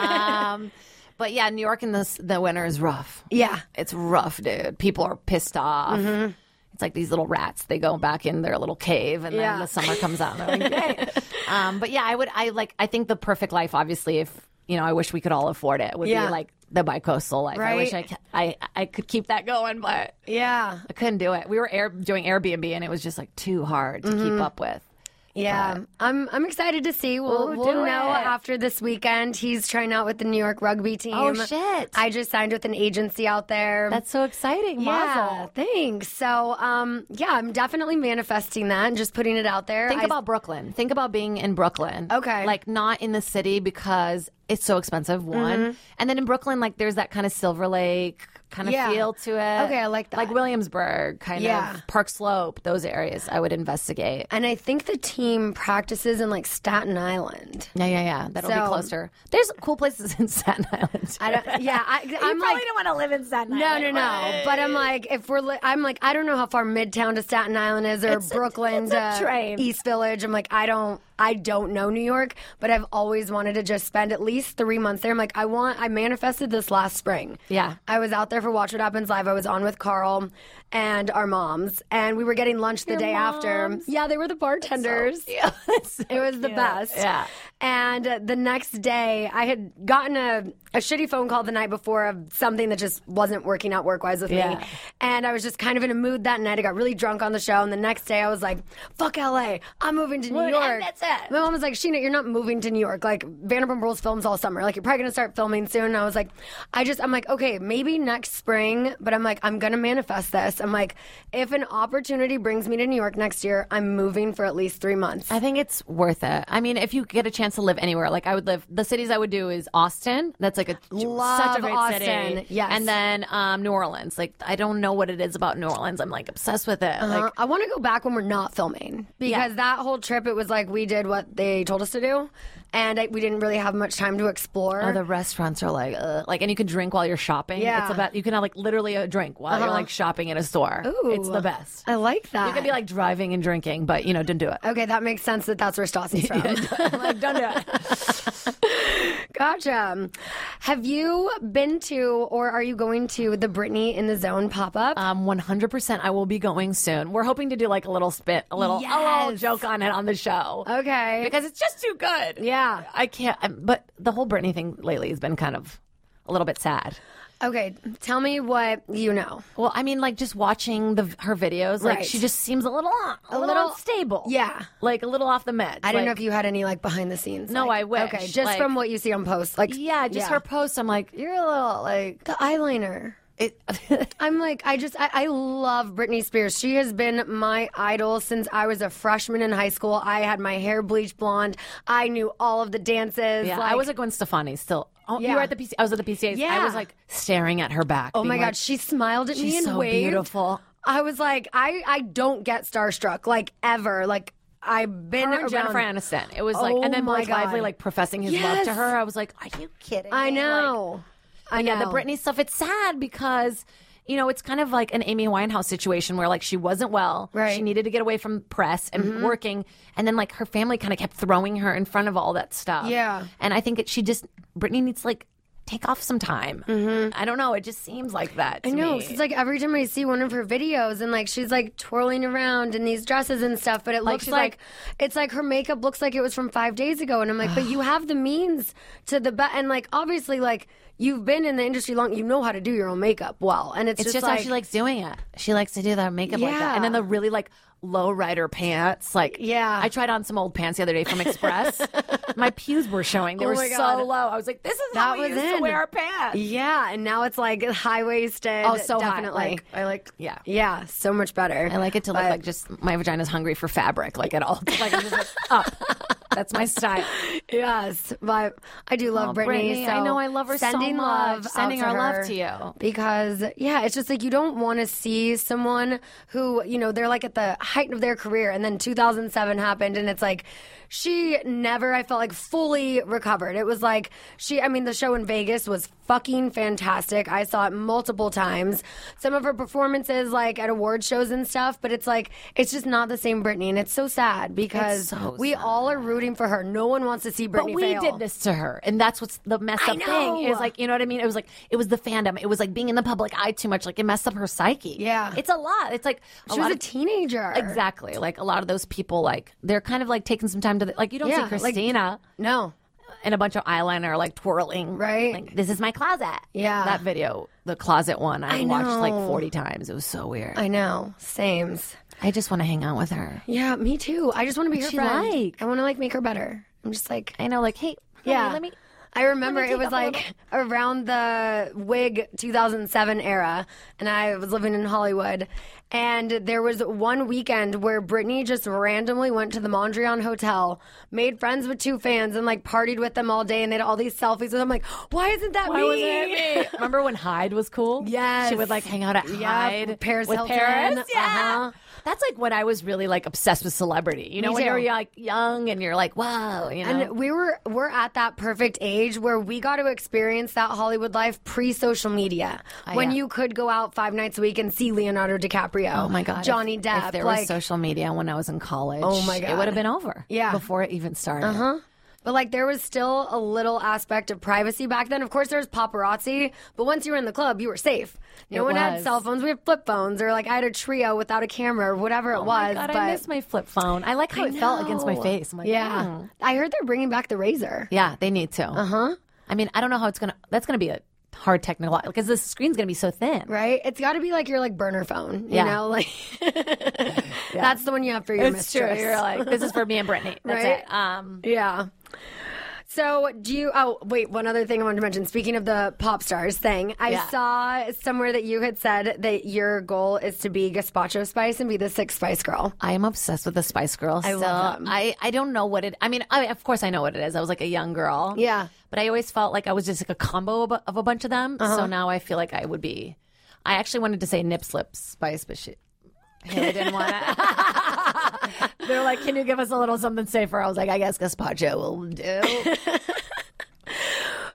um, but yeah, New York in the s- the winter is rough. Yeah. Mm-hmm. It's rough, dude. People are pissed off. It's like these little rats. They go back in their little cave, and Yeah. then the summer comes out. and they're like, "Yay." um, but yeah, I would. I like. I think the perfect life, obviously, if you know, I wish we could all afford it. Would Yeah. be like the bicoastal life. I wish I, Right. ca- I I could keep that going, but Yeah. Mm-hmm. I couldn't do it. We were air, doing Airbnb and it was just like too hard to keep up with. Yeah, I'm. I'm excited to see. We'll, Ooh, we'll do know it. after this weekend. He's trying out with the New York rugby team. Oh, shit. I just signed with an agency out there. That's so exciting. yeah. Mazel. Thanks. So, um, yeah, I'm definitely manifesting that and just putting it out there. Think I- about Brooklyn. Think about being in Brooklyn. Okay. Like not in the city because it's so expensive, one. Mm-hmm. And then in Brooklyn, like there's that kind of Silver Lake kind of Yeah. feel to it. Okay, I like that. Like Williamsburg, kind Yeah. of Park Slope, those areas I would investigate. And I think the team practices in like Staten Island. Yeah, yeah, yeah. That'll So- be closer. There's cool places in Staten Island. I don't. Yeah, I, I'm like. want to live in Staten No, no, no. But I'm like, if we're, li- I'm like, I don't know how far Midtown to Staten Island is or Brooklyn it's a to train. East Village. I'm like, I don't, I don't know New York, but I've always wanted to just spend at least three months there. I'm like, I want, I manifested this last spring. Yeah. I was out there for Watch What Happens Live. I was on with Carl and our moms, and we were getting lunch the day after. Yeah, they were the bartenders. It was the best. Yeah. And uh, the next day, I had gotten a, a shitty phone call the night before of something that just wasn't working out work wise with Yeah. me. And I was just kind of in a mood that night. I got really drunk on the show. And the next day, I was like, fuck LA. I'm moving to New York. That's it. My mom was like, Sheena, you're not moving to New York. Like, Vanderpump Rules films all summer. Like, you're probably going to start filming soon. And I was like, I just, I'm like, okay, maybe next spring. But I'm like, I'm going to manifest this. I'm like, if an opportunity brings me to New York next year, I'm moving for at least three months. I think it's worth it. I mean, if you get a chance to live anywhere, like I would live, the cities I would do is Austin. That's like a such Love a great Austin. city. Yes. and then um, New Orleans. Like I don't know what it is about New Orleans. I'm like obsessed with it. Uh, Like I want to go back when we're not filming because that whole trip, it was like we did what they told us to do, and I, we didn't really have much time to explore. oh, the restaurants are like uh, like, and you can drink while you're shopping. Uh-huh. Yeah. Uh-huh. it's about you can have like literally a drink while you're like shopping at a store. It's the best. I like that. You can be like driving and drinking, but you know, don't do it. Uh, okay, that makes sense that that's where Stassi's from. like don't do it. gotcha. Have you been to or are you going to the Britney in the Zone pop up? Um, 100%. I will be going soon. We're hoping to do like a little spit, a little, a little Yes. joke on it on the show. Okay. Because it's just too good. Yeah. I can't. i but the whole Britney thing lately has been kind of a little bit sad. okay, tell me what you know. Well, I mean, like just watching the her videos, like Right. she just seems a little, a, little, little- unstable. yeah. Like a little off the meds. I don't know if you had any like behind the scenes. No, like- I wish, Okay, just like- from what you see on posts, like Yeah, just her posts. I'm like, you're a little like. the eyeliner. It, I'm like, I just, I, I love Britney Spears. She has been my idol since I was a freshman in high school. I had my hair bleached blonde. I knew all of the dances. Yeah, like, I was at Gwen Stefani still. Oh, you Yeah. were at the PC. I was at the PCA. Yeah. I was like staring at her back. Oh my god, she smiled at me she's and so waved. beautiful. I was like, I, I don't get starstruck like ever. Like I've been her around and Jennifer Aniston. It was like, Oh and then my Blake Lively God. like professing his love to Yes. her. I was like, are you kidding? I me? Like, know. I know. yeah, the Britney stuff. It's sad because. You know, it's kind of like an Amy Winehouse situation where, like, she wasn't well. Right. Mm-hmm. She needed to get away from press and working. And then, like, her family kind of kept throwing her in front of all that stuff. Yeah. And I think it, she just, Britney needs, to, like, take off some time. Mm-hmm. I don't know. It just seems like that. To I know. me. 'cause It's Oh, like every time I see one of her videos, and like she's like twirling around in these dresses and stuff, but it looks she's like, like- it's like her makeup looks like it was from five days ago. And I'm like, but you have the means to the best, and like obviously, like you've been in the industry long, you know how to do your own makeup well, and it's, It's just, like, how she likes doing it. She likes to do that makeup like that, and then Yeah. the really like low rider pants. Like, Yeah. I tried on some old pants the other day from Express. my pews were showing; they Oh were my so God. low. I was like, "This is That how we was used in. to wear our pants." yeah, and now it's like high waisted. Oh, so hot, definitely. like- I like. Yeah. yeah, so much better. I like it to look But- like just my vagina's hungry for fabric, like at all. Like, I'm just like up. That's my style. Yes, but I do love Oh, Brittany. Britney, I so know, I love her so sending much. love, out Sending to our love her to you. because yeah, it's just like you don't want to see someone who you know they're like at the height of their career, and then 2007 happened, and it's like she never. I felt like fully recovered. It was like she. I mean, the show in Vegas was fucking fantastic. I saw it multiple times. Some of her performances, like at award shows and stuff, but it's like it's just not the same Britney, and it's so sad because so we all are rooting for her. No one wants to see Britney. But we fail. did this to her, and that's what's the messed I up thing. know. Is like, you know what I mean? It was like it was the fandom. It was like being in the public eye too much. Like it messed up her psyche. Yeah. it's a lot. It's like a She lot was a of- teenager. Exactly. Like a lot of those people, like they're kind of like taking some time to like you don't Yeah, see like- Christina No. in a bunch of eyeliner like twirling. Right. Like this is my closet. Yeah. That video, the closet one, I, I watched like know. forty times. It was so weird. I know. Sames. I just want to hang out with her. Yeah, me too. I just want to be her she friend. like? I want to like make her better. I'm just like I know, like, hey, yeah. let me. I remember let me it take was a hold like around the wig 2007 era, and I was living in Hollywood. And there was one weekend where Britney just randomly went to the Mondrian Hotel, made friends with two fans, and like partied with them all day. And they had all these selfies with them. Like, why isn't that me? Remember when Hyde was cool? Yes. She would like hang out at Yeah, Hyde. Paris with Hilton. Paris. Yeah. Uh-huh. That's like when I was really like obsessed with celebrity. You know, Me when too. you're like young and you're like, whoa, you know. And we were we're at that perfect age where we got to experience that Hollywood life pre social media, when yeah. you could go out five nights a week and see Leonardo DiCaprio. Oh my god, if- Johnny Depp. If there like, was social media when I was in college, oh my God. it would have been over. Yeah. Uh-huh. before it even started. but like there was still a little aspect of privacy back then. Of course, there was paparazzi, but once you were in the club, you were safe. No It one had was. cell phones. We had flip phones, or like I had a trio without a camera, or whatever it was. God, but I miss Oh my flip phone. I like how it felt against my face. I'm like, yeah, mm. I heard they're bringing back the razor. yeah, they need to. Uh Uh-huh. huh. I mean, I don't know how it's gonna. That's gonna be a hard technical because the screen's gonna be so thin. Right? It's got to be like your like burner phone, you Yeah. know, like that's the one you have for your mistress. You're like, this is for me and Brittany. That's Right? it. Um, Yeah. So do you? Oh, wait. One other thing I wanted to mention. Speaking of the pop stars thing, I Yeah. saw somewhere that you had said that your goal is to be gazpacho spice and be the sixth spice girl. I am obsessed with the Spice Girls. I so love them. I, I don't know what it. I mean, I, of course I know what it is. I was like a young girl. Yeah. But I always felt like I was just like a combo of, of a bunch of them. Uh-huh. So now I feel like I would be. I actually wanted to say Nip Slip Spice, but she. Haley didn't want to. They're like, can you give us a little something safer? I was like, I guess gazpacho will do.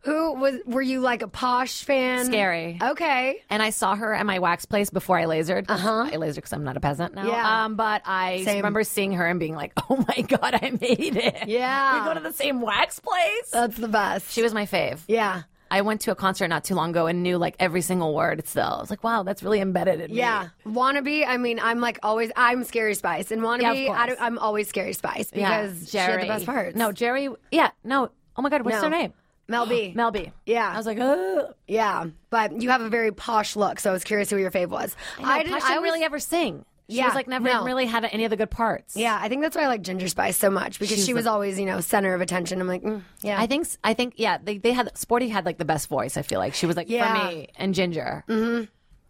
Who was? Were you like a posh fan? Scary. Okay. And I saw her at my wax place before I lasered. Uh-huh. I lasered because I'm not a peasant now. Yeah. Um, but I Same. remember seeing her and being like, oh my God, I made it. Yeah. Uh, We go to the same wax place. That's the best. she was my fave. Yeah. I went to a concert not too long ago and knew like every single word still. I was like, wow, that's really embedded in me. Yeah, wannabe. I mean, I'm like always. I'm scary spice, and Yeah, of wannabe. course. I don't- I'm always scary spice because she had the best parts. No, Jerry. Yeah, no. Oh my God, what's No. her name? Mel B. Mel B. Yeah. I was like, oh. Yeah, but you have a very posh look, so I was curious who your fave was. I, did- didn't, I didn't was- really ever sing. She Yeah, was like never no. really had any of the good parts. Yeah, I think that's why I like Ginger Spice so much because she was always, you know, center of attention. I'm like, mm, yeah, I think s- I think yeah they, they had Sporty had like the best voice I feel like she was like Yeah. for me and Ginger mm-hmm.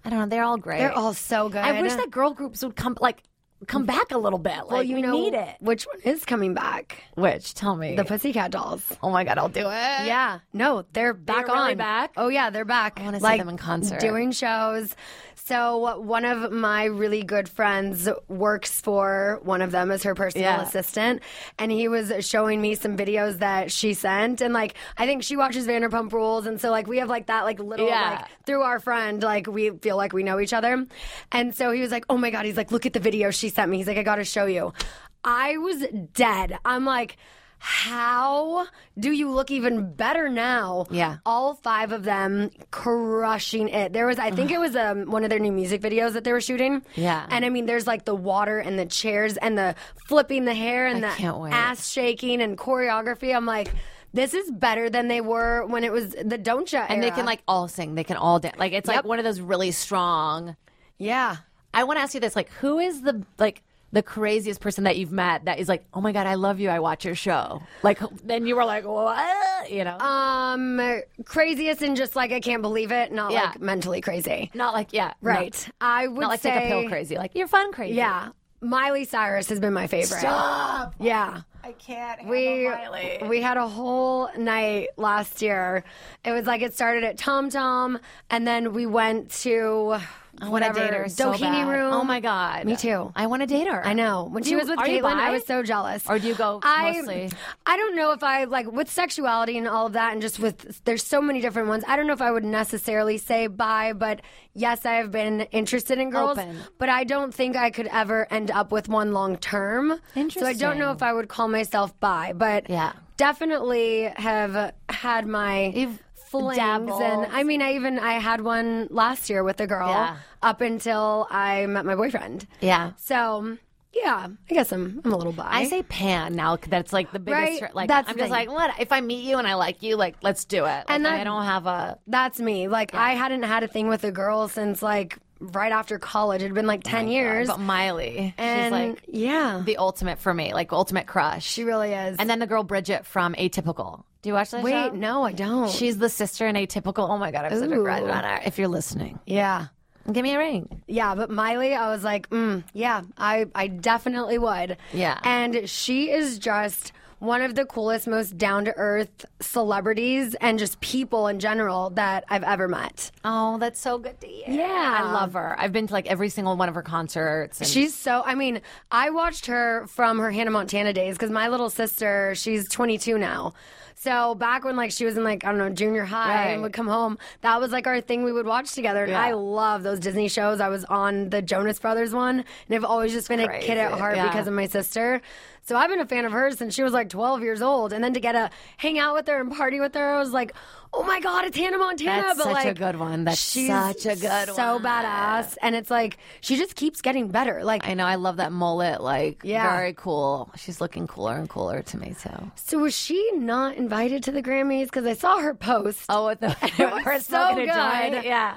I don't know they're all great they're all so good. I wish that girl groups would come like come back a little bit like well, you we know, need it Which one is coming back? which tell me The Pussycat Dolls. oh my god I'll do it yeah Yeah, no, they're back really on. back? Oh yeah, they're back. I wanna see them in concert. doing shows. So one of my really good friends works for one of them as her personal Yeah. assistant, and he was showing me some videos that she sent, and like I think she watches Vanderpump Rules, and so like we have like that like little Yeah. like through our friend like we feel like we know each other, and so he was like, oh my god, he's like, look at the video she sent me. He's like, I got to show you. I was dead. I'm like. How do you look even better now? Yeah. all five of them crushing it. There was, I think it was um, one of their new music videos that they were shooting. Yeah. and I mean, there's like the water and the chairs and the flipping the hair and I the can't wait. ass shaking and choreography. I'm like, this is better than they were when it was the Don't Ya and they era. can like all sing they can all dance like it's like one of those really strong yeah, I want to ask you this like who is the like the craziest person that you've met that is like oh my god I love you I watch your show like then you were like what you know um, craziest and just like I can't believe it. Not Yeah. like mentally crazy. Not like yeah, no. Right. I would Not like say take a pill crazy. Like you're fun crazy. Yeah. Miley Cyrus has been my favorite. Stop. Yeah. I can't. We we had a whole night last year. It was like it started at Tom Tom, and then we went to I want to whatever date her. So Doheny bad. room. Oh my god. Me too. I want to date her. I know. When Do she you- was with are you Caitlyn, I bi? was so jealous. Or do you go I, mostly? I don't know if I like with sexuality and all of that, and just with there's so many different ones. I don't know if I would necessarily say bi, but yes, I have been interested in girls, Open. but I don't think I could ever end up with one long term. So I don't know Interesting. if I would call myself bi, but Yeah. definitely have had my You've flings dabbled. and I mean I even I had one last year with a girl Yeah. up until I met my boyfriend. Yeah. So yeah, I guess I'm I'm a little bi. I say pan now. 'cause That's like the biggest. Right? Like That's I'm the just thing. like what if I meet you and I like you? Like let's do it. Like, And that- I don't have a. that's me. Like I hadn't had a thing with a girl since like right after college. It'd been like 10 years. But Miley, and she's like yeah, the ultimate for me, like ultimate crush. she really is. and then the girl Bridget from Atypical. Do you watch that show? Wait, no, I don't. She's the sister in Atypical. Oh my god, I'm such a grudge on her. If you're listening, yeah. give me a ring. Yeah, but Miley, I was like, mm, yeah, I, I definitely would. Yeah. And she is just one of the coolest, most down to earth celebrities and just people in general that I've ever met. Oh, that's so good to hear. Yeah. I love her. I've been to like every single one of her concerts. and- She's so, I mean, I watched her from her Hannah Montana days because my little sister, she's 22 now. So back when like she was in like I don't know junior high Right. and would come home, that was like our thing we would watch together. And I love those Disney shows. I was on the Jonas Brothers one, and I've always just been a kid at Crazy. heart Yeah. because of my sister. So I've been a fan of hers since she was like 12 years old, and then to get to hang out with her and party with her, I was like, oh my god, it's Hannah Montana. That's but such a like, good one. That's she's such a good so one. badass, and it's like she just keeps getting better. Like I know. I love that mullet. Like, Yeah. very cool. She's looking cooler and cooler to me too. So was she not invited to the Grammys? Because I saw her post. Oh, it was so good. Yeah.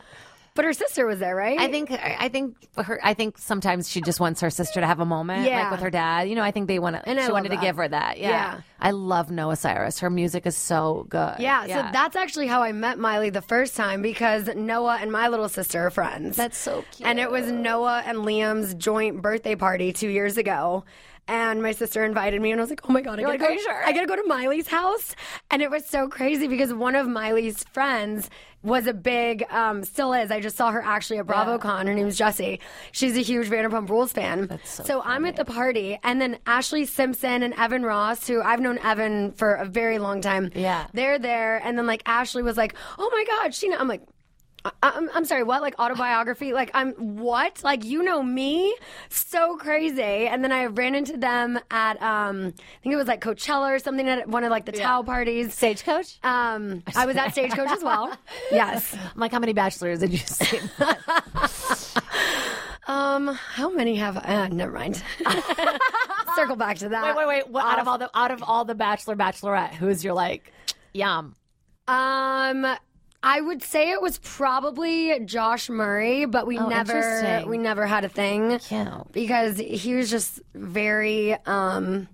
But her sister was there, right? I think I I think her I think sometimes she just wants her sister to have a moment Yeah. like with her dad. You know, I think they want And to I she love wanted that. to give her that. Yeah. Yeah. I love Noah Cyrus. Her music is so good. Yeah, so that's actually how I met Miley the first time because Noah and my little sister are friends. That's so cute. And it was Noah and Liam's joint birthday party two years ago. And my sister invited me, and I was like, "Oh my god, I gotta, like, go, "Are you sure?" I gotta go to Miley's house." And it was so crazy because one of Miley's friends was a big, um, still is. I just saw her actually at BravoCon. Her name's Jessie. She's a huge Vanderpump Rules fan. so I'm at the party, and then Ashley Simpson and Evan Ross, who I've known Evan for a very long time. Yeah. they're there, and then like Ashley was like, "Oh my god, Sheena!" I'm like. I- I'm, I'm sorry, what? Like autobiography? Like, I'm what? Like, you know me? So crazy. And then I ran into them at, um, I think it was like Coachella or something at one of like the Tao parties. Stagecoach? Um, I was at Stagecoach as well. Yes. I'm like, how many bachelors did you see? Um, how many have I? Uh, never mind. Circle back to that. wait, wait, wait. What, out of all the out of all the bachelor bachelorette, who's your like yum? Um, I would say it was probably Josh Murray, but we never Oh, interesting. we never had a thing. Cute. because he was just very um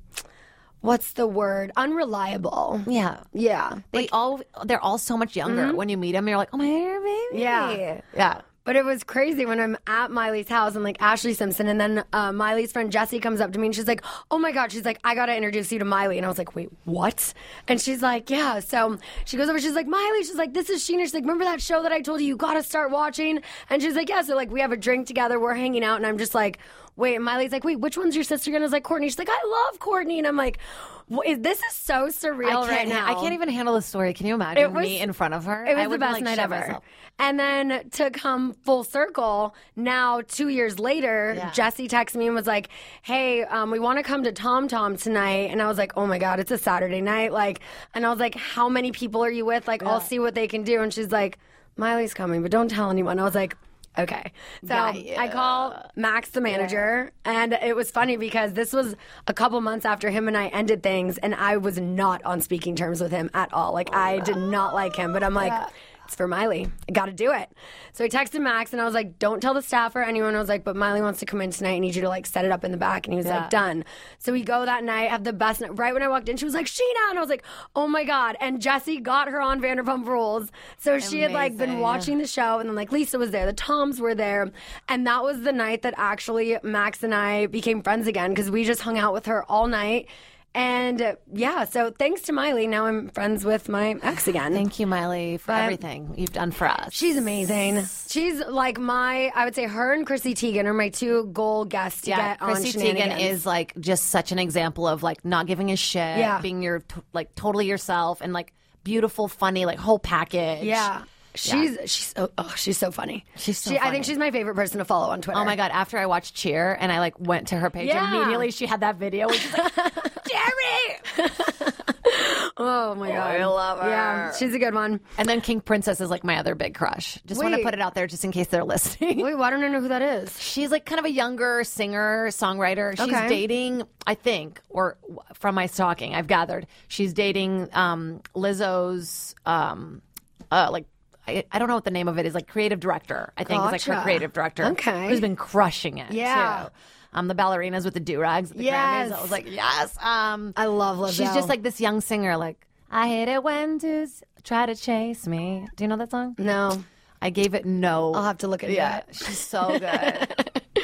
what's the word unreliable Yeah. yeah They all they're all so much younger. When you meet them, you're like, oh my baby. yeah Yeah. but it was crazy when i'm at miley's house and like ashley simpson and then uh, miley's friend jessie comes up to me and she's like oh my god she's like i gotta introduce you to miley and i was like wait what and she's like yeah so she goes over she's like miley she's like this is sheena she's like remember that show that i told you you gotta start watching and she's like yeah so like we have a drink together we're hanging out and i'm just like wait and miley's like wait which one's your sister gonna I was like courtney she's like i love courtney and i'm like "What is- this is so surreal I can't, right now I can't even handle the story. Can you imagine It was- me in front of her? It I was the would, best like, night shit ever. myself. And then to come full circle, now two years later, Jesse texted me and was like, "Hey, um, we want to come to Tom Tom tonight." And I was like, "Oh my god, it's a Saturday night!" Like, and I was like, "How many people are you with?" Like, I'll see what they can do. And she's like, "Miley's coming, but don't tell anyone." I was like. Okay. So I call Max, the manager, and it was funny because this was a couple months after him and I ended things, and I was not on speaking terms with him at all. Like, I did not like him, but I'm like, it's for Miley. I got to do it. So I texted Max, and I was like, don't tell the staff or anyone. I was like, but Miley wants to come in tonight. I need you to like set it up in the back. And he was like, done. So we go that night, have the best night. Right when I walked in, she was like, Sheena. And I was like, oh my God. And Jesse got her on Vanderpump Rules. So she had like been watching the show, and then like Lisa was there, the Toms were there. And that was the night that actually Max and I became friends again because we just hung out with her all night. And uh, yeah, so thanks to Miley, now I'm friends with my ex again. Thank you, Miley, for everything you've done for us. She's amazing. She's like my, I would say her and Chrissy Teigen are my two goal guests to yeah, get on Chrissy Teigen Shenanigans. is like just such an example of like not giving a shit, Yeah. being your t- like totally yourself and like beautiful, funny, like whole package. Yeah. She's she's oh, oh she's so funny. She's so she, I funny. think she's my favorite person to follow on Twitter. Oh my god! After I watched Cheer and I like went to her page Yeah. immediately, she had that video, which is like Jerry. Oh my god. I love her. Yeah, she's a good one. And then King Princess is like my other big crush. Just want to Wait. put it out there, just in case they're listening. Wait, why don't I know who that is? She's like kind of a younger singer, songwriter. She's Okay. dating, I think, or w- from my stalking, I've gathered, she's dating um, Lizzo's, um, uh, like I, I don't know what the name of it is, like creative director. I think it's like her Gotcha. creative director. Okay. Who's been crushing it. Yeah. Too. Um, the ballerinas with the do rags. The Yes. Grammys. I was like, yes. Um, I love Lizzo. She's just like this young singer. Like I hate it when dudes try to chase me. Do you know that song? no. I gave it no. I'll have to look at yeah, that. she's so good.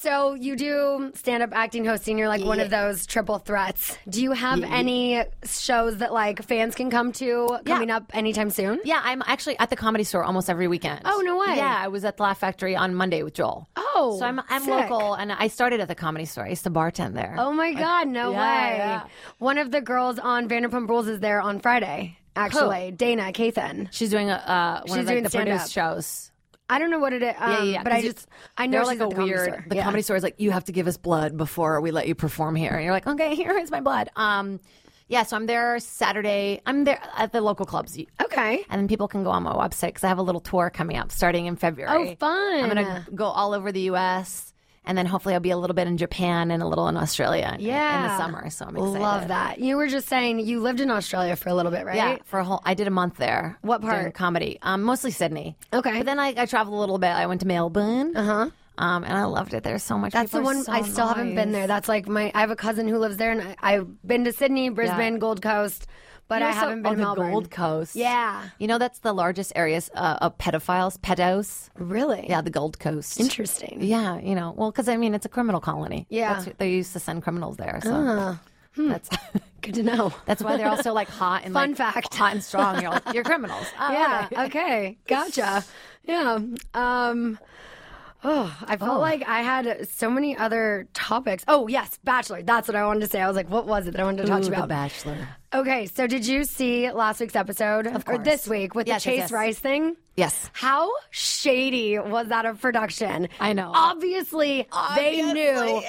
So you do stand up acting hosting. You're like one of those triple threats. Do you have any shows that like fans can come to coming up anytime soon? yeah, I'm actually at the comedy store almost every weekend. Oh, no way. Yeah, I was at the Laugh Factory on Monday with Joel. Oh, so I'm I'm sick. local, and I started at the comedy store. I used to bartend there. Oh my God, no yeah, way. yeah. One of the girls on Vanderpump Rules is there on Friday, actually. Dana Kathan. she's doing a uh, one She's of like, doing the stand-up. produce shows. I don't know what it is, um, yeah, yeah. but I 'Cause you- just, I know they're she's like at a the weird. Comedy store. The Yeah. comedy store is like, you have to give us blood before we let you perform here. And you're like, okay, here is my blood. Um, yeah, so I'm there Saturday. I'm there at the local clubs. Okay. And then people can go on my website because I have a little tour coming up starting in February. Oh, fun. I'm gonna go all over the U.S. and then hopefully I'll be a little bit in Japan and a little in Australia. in- in Yeah. the summer. So I'm excited. Love that. You were just saying you lived in Australia for a little bit, right? Yeah, for a whole. I did a month there. What doing part? comedy. Um, mostly Sydney. Okay. Uh-huh. But then I, I traveled a little bit. I went to Melbourne. Uh huh. Um, and I loved it. There's so much. That's People the are one so I still haven't been nice. there. That's like my. I have a cousin who lives there, and I, I've been to Sydney, Brisbane, Gold Coast, but I You're so- haven't been oh, to the Melbourne. Gold Coast. Yeah. You know that's the largest areas uh, of pedophiles, pedos. Really? Yeah, the Gold Coast. Interesting. Yeah, you know, well, because I mean, it's a criminal colony. Yeah. Ah. Hmm. That's- they used to send criminals there. So that's Good to know. that's why they're also like hot and Fun like, fact. hot and strong. You're, like, you're criminals. Oh, yeah. okay. Okay. Gotcha. Yeah. Um. Oh, I felt like I had so many other topics. Oh yes, Bachelor. That's what I wanted to say. I was like, what was it that I wanted to talk to you about? Bachelor. Okay, so did you see last week's episode or course. this week with Yes, the yes, Chase yes. Rice thing? Yes. How shady was that of production? I know. Obviously, they knew.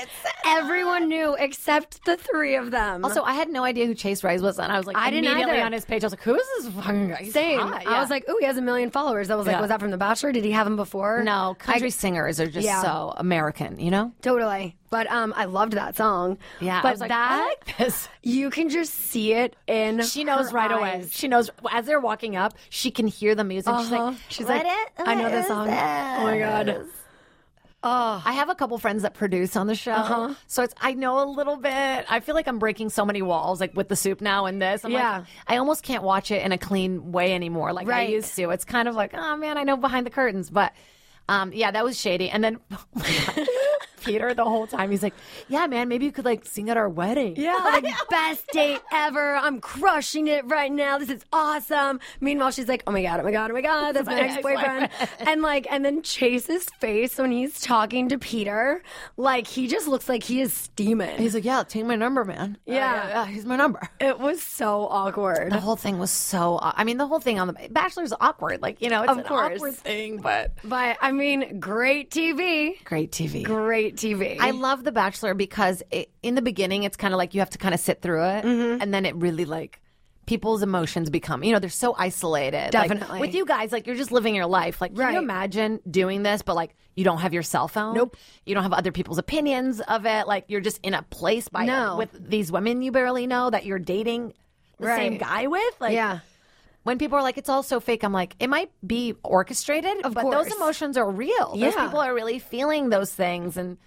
Everyone knew except the three of them. Also, I had no idea who Chase Rise was, and I was like, I didn't immediately either. on his page, I was like, who is this fucking guy? He's same. hot. I Yeah. was like, "Ooh, he has a million followers." I was like, Yeah. "Was that from The Bachelor? Did he have them before?" no, country singers are just Yeah. so American, you know? totally. But um, I loved that song. Yeah, I but was like, that I like this. you can just see it in. She knows her right away. eyes. She knows as they're walking up, she can hear the music. She's like, She's like, "I know this song." Oh my god. Oh. I have a couple friends that produce on the show, Uh-huh. so it's I know a little bit. I feel like I'm breaking so many walls, like with the soup now and this. I'm Yeah. like, I almost can't watch it in a clean way anymore, like Right. I used to. It's kind of like, oh man, I know behind the curtains, but um, yeah, that was shady. And then oh Peter, the whole time, he's like, yeah, man, maybe you could like sing at our wedding. Yeah, the best date ever. I'm crushing it right now. This is awesome. Meanwhile, she's like, oh my God, oh my God, oh my God, that's my ex boyfriend. And like, and then Chase's face when he's talking to Peter, like, he just looks like he is steaming. He's like, yeah, take my number, man. Yeah, yeah, yeah, here's my number. it was so awkward. The whole thing was so. au- I mean, the whole thing on the Bachelor's awkward. Like you know, it's Of an course. awkward thing, but But I mean, great TV. great TV. Great TV. I love The Bachelor because it, in the beginning, it's kind of like you have to kind of sit through it, Mm-hmm. and then it really like people's emotions become. You know, they're so isolated. Like, Definitely. with you guys, like you're just living your life. Like, can Right. you imagine doing this, but like you don't have your cell phone. Nope. You don't have other people's opinions of it. Like you're just in a place by No. with these women you barely know that you're dating the same Right. guy with. Like, yeah. when people are like, it's all so fake, I'm like, it might be orchestrated, Of but course. those emotions are real. Those Yeah. people are really feeling those things. And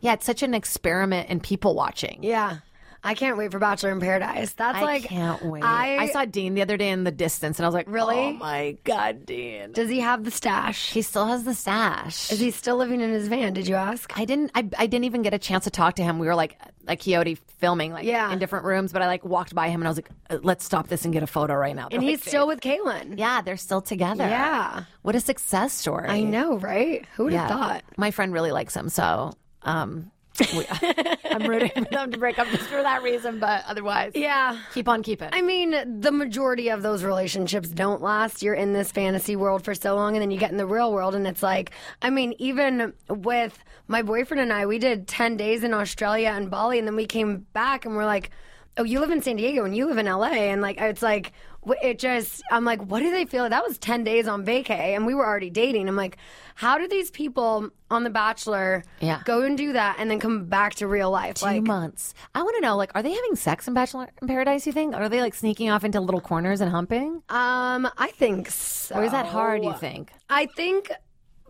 yeah, it's such an experiment in people watching. Yeah. I can't wait for Bachelor in Paradise. That's I like can't wait. I, saw Dean the other day in the distance and I was like, Really? Oh my God, Dean. Does he have the stash? He still has the sash. Is he still living in his van? Did you ask? I didn't. I, I didn't even get a chance to talk to him. We were like a coyote filming, like Yeah. in different rooms. But I like walked by him and I was like, "Uh, "Let's stop this and get a photo right now." And They're he's like, still with Caitlin. yeah, they're still together. Yeah. what a success story. I know, right? Who would have Yeah. thought? My friend really likes him, so um, we, I'm rooting for them to break up just for that reason. But otherwise, Yeah. keep on keeping. I mean, the majority of those relationships don't last. You're in this fantasy world for so long, and then you get in the real world, and it's like, I mean, even with my boyfriend and I, we did 10 days in Australia and Bali, and then we came back and we're like, oh, you live in San Diego and you live in LA, and like it's like wh- it just I'm like, what do they feel? That was ten days on vacay, and we were already dating. I'm like, how do these people on The Bachelor Yeah. go and do that and then come back to real life? Two like, months. I want to know, like, are they having sex in Bachelor in Paradise? You think? Or are they like sneaking off into little corners and humping? um, I think so. Or is that hard? Oh. You think? I think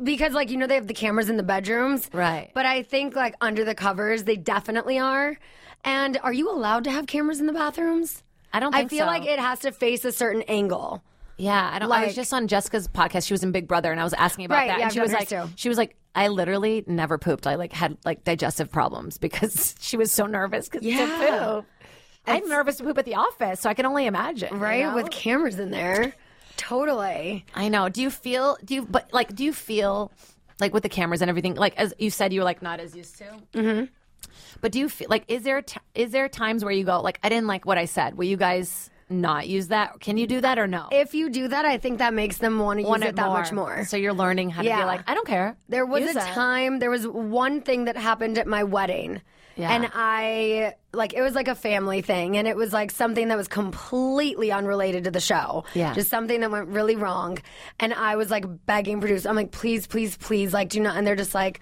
because like you know they have the cameras in the bedrooms, Right. But I think like under the covers they definitely are. And are you allowed to have cameras in the bathrooms? I don't. I Think feel so. like it has to face a certain angle. Yeah, I don't. I was Like- just on Jessica's podcast. She was in Big Brother, and I was asking about Right, that. yeah, and I've she done was like, hers too. she was like, I literally never pooped. I like had like digestive problems because she was so nervous because Yeah. to poop. I'm nervous to poop at the office, so I can only imagine. Right? With cameras in there. Totally. I know. Do you feel? Do you? But like, do you feel like with the cameras and everything? Like as you said, you were like not as used to. Mm-hmm. But do you feel like is there t- is there times where you go like I didn't like what I said? Will you guys not use that? Can you do that or no? If you do that, I think that makes them want to use Want it that much more. So you're learning how to be Yeah. like, I don't care. There was Use a it. time, there was one thing that happened at my wedding. Yeah. And I, like, it was like a family thing. And it was like something that was completely unrelated to the show. Yeah. Just something that went really wrong. And I was like begging producers, I'm like, please, please, please, like, do not. And they're just like,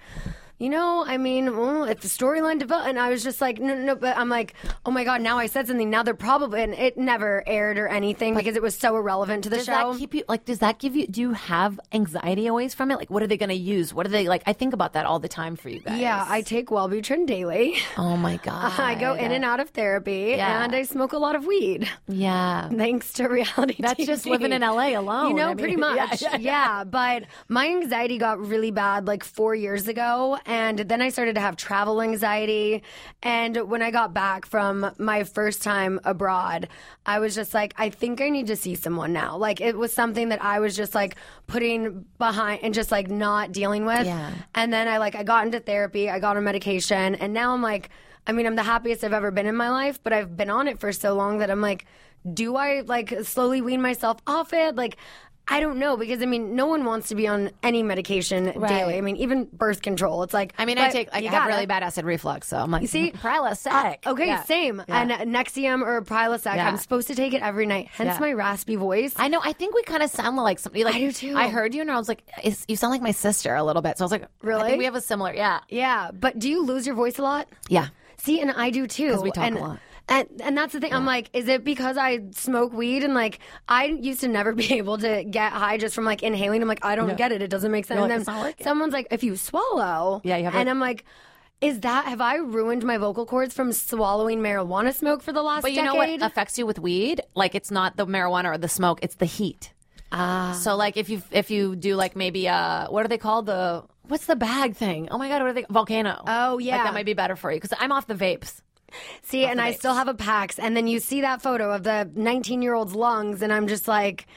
you know, I mean, well, if the storyline developed, and I was just like, no, no, no, but I'm like, oh my God, now I said something. Now they're probably, and it never aired or anything because it was so irrelevant to the Does show. that keep you like? Does that give you? Do you have anxiety always from it? Like, what are they going to use? What are they like? I think about that all the time for you guys. yeah, Uh-huh. I take Wellbutrin daily. oh my god. I go in and out of therapy Yeah. and I smoke a lot of weed Yeah. thanks to reality That's TV. just living in LA alone. You know, I mean, pretty yeah, much. Yeah, but my anxiety got really bad like 4 years ago and then I started to have travel anxiety and when I got back from my first time abroad, I was just like I think I need to see someone now. Like it was something that I was just like putting behind and just like not dealing with. Yeah. And then I like I got into therapy, I got on medication, and now I'm like, I mean, I'm the happiest I've ever been in my life, but I've been on it for so long that I'm like, do I like slowly wean myself off it? Like I don't know because I mean, no one wants to be on any medication daily. I mean, even birth control. It's like I mean, I but take. I you have gotta- really bad acid reflux, so I'm like, you see? Uh, Prilosec. Okay, Yeah. same. Yeah. And uh, Nexium or Prilosec, Yeah. I'm supposed to take it every night. Hence Yeah. my raspy voice. I know. I think we kind of sound like somebody. Like I do too. I heard you, and I was like, is, "You sound like my sister a little bit." So I was like, I Really? think we have a similar. Yeah. yeah, but do you lose your voice a lot? Yeah. See, and I do too. 'Cause we talk and, a lot. And, and that's the thing. I'm like, is it because I smoke weed and like I used to never be able to get high just from like inhaling? I'm like, I don't get it. It doesn't make sense. You're like, and "It's not then working." someone's like, if you swallow, Yeah, you have and it. I'm like. Is that have I ruined my vocal cords from swallowing marijuana smoke for the last But you know decade? what affects you with weed? Like it's not the marijuana or the smoke; it's the heat. Ah. So like if you if you do like maybe uh what are they called the what's the bag thing? Oh my god, what are they? Volcano. Oh, yeah. Like that might be better for you because I'm off the vapes. See, and I still have a Pax, and then you see that photo of the 19 year old's lungs, and I'm just like,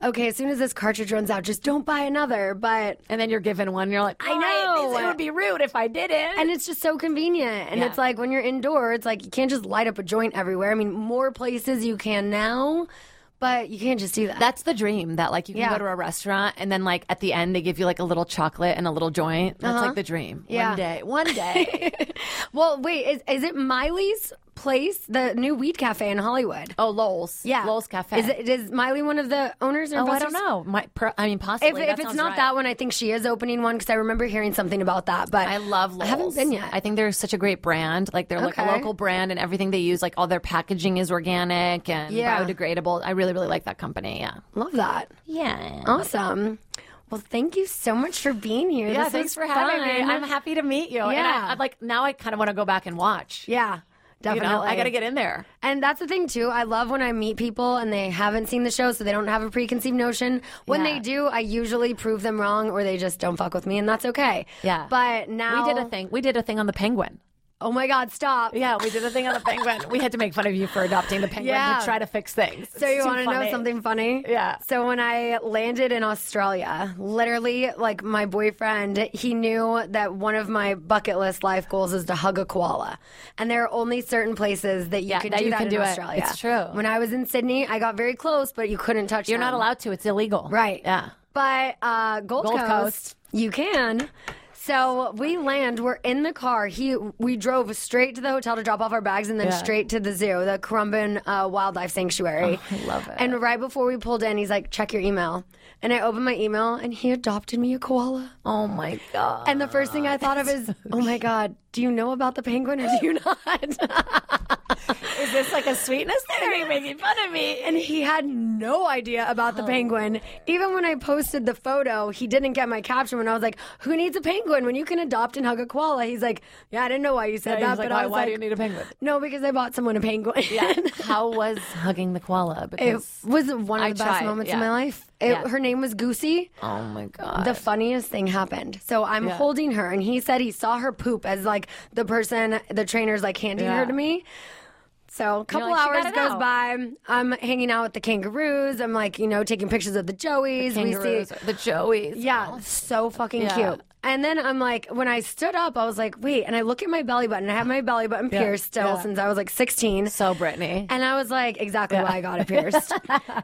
okay, as soon as this cartridge runs out, just don't buy another. But And then you're given one, and you're like, I "All right, know. this- It would be rude if I did it. And it's just so convenient. And Yeah. it's like when you're indoor, it's like you can't just light up a joint everywhere. I mean, more places you can now, but you can't just do that. That's the dream that like you can Yeah. go to a restaurant and then like at the end they give you like a little chocolate and a little joint. That's like the dream. Yeah. One day. One day. well, wait, is, is it Miley's place, the new weed cafe in Hollywood? oh, Lowell's. yeah. Lowell's Cafe. Is, it, is Miley one of the owners or Oh, I investors? don't know. My, per, I mean, possibly. If, That if it's sounds not right. that one, I think she is opening one because I remember hearing something about that. But I love Lowell's. I haven't been yet. I think they're such a great brand. Like they're like Okay. a local brand and everything they use, like all their packaging is organic and Yeah. biodegradable. I really, really like that company. Yeah. love that. Yeah. Awesome. Well, thank you so much for being here. Yeah, This thanks for was having me. fun. I'm happy to meet you. And Yeah. I, I'd like now I kind of want to go back and watch. Yeah, You definitely. know, I got to get in there. And that's the thing too. I love when I meet people and they haven't seen the show, so they don't have a preconceived notion. When Yeah. they do, I usually prove them wrong, or they just don't fuck with me, and that's okay. Yeah. But now We did a thing. We did a thing on the penguin. Oh my God! Stop. Yeah, we did a thing on the penguin. We had to make fun of you for adopting the penguin Yeah. to try to fix things. So you want to know funny. something funny? Yeah. So when I landed in Australia, literally, like my boyfriend, he knew that one of my bucket list life goals is to hug a koala, and there are only certain places that you Yeah, can that do you that can in do it. Australia. It's true. When I was in Sydney, I got very close, but you couldn't touch. You're not them. allowed to. It's illegal. Right. Yeah. But uh, Gold, Gold Coast, Coast. you can. So we land. We're in the car. He we drove straight to the hotel to drop off our bags, and then straight to the zoo, the Currumbin uh, Wildlife Sanctuary. Oh, I love it. And right before we pulled in, he's like, "Check your email." And I opened my email, and he adopted me a koala. Oh my god. And the first thing I thought of is, "Oh my god, do you know about the penguin or do you not?" Is this like a sweetness thing? Are you making fun of me? and he had no idea about the penguin. Even when I posted the photo, he didn't get my caption. When I was like, "Who needs a penguin when you can adopt and hug a koala?" He's like, "Yeah, I didn't know why you said that, but I was like, a penguin? no, because I bought someone a penguin." Yeah, How was hugging the koala? it Because was one of I the best tried, moments yeah. in my life. It, Yeah. Her name was Goosey. oh my god, The funniest thing happened. So I'm holding her, and he said he saw her poop as like the person, the trainer's like handing Yeah. her to me. So a couple like, "She hours got it goes out." by. I'm hanging out with the kangaroos. I'm like, you know, taking pictures of the joeys. We kangaroos, see, the joeys. yeah, so fucking Yeah. cute. And then I'm like, when I stood up, I was like, wait, and I look at my belly button. I have my belly button pierced still yeah. since I was like 16. So Brittany, And I was like, exactly why I got it pierced.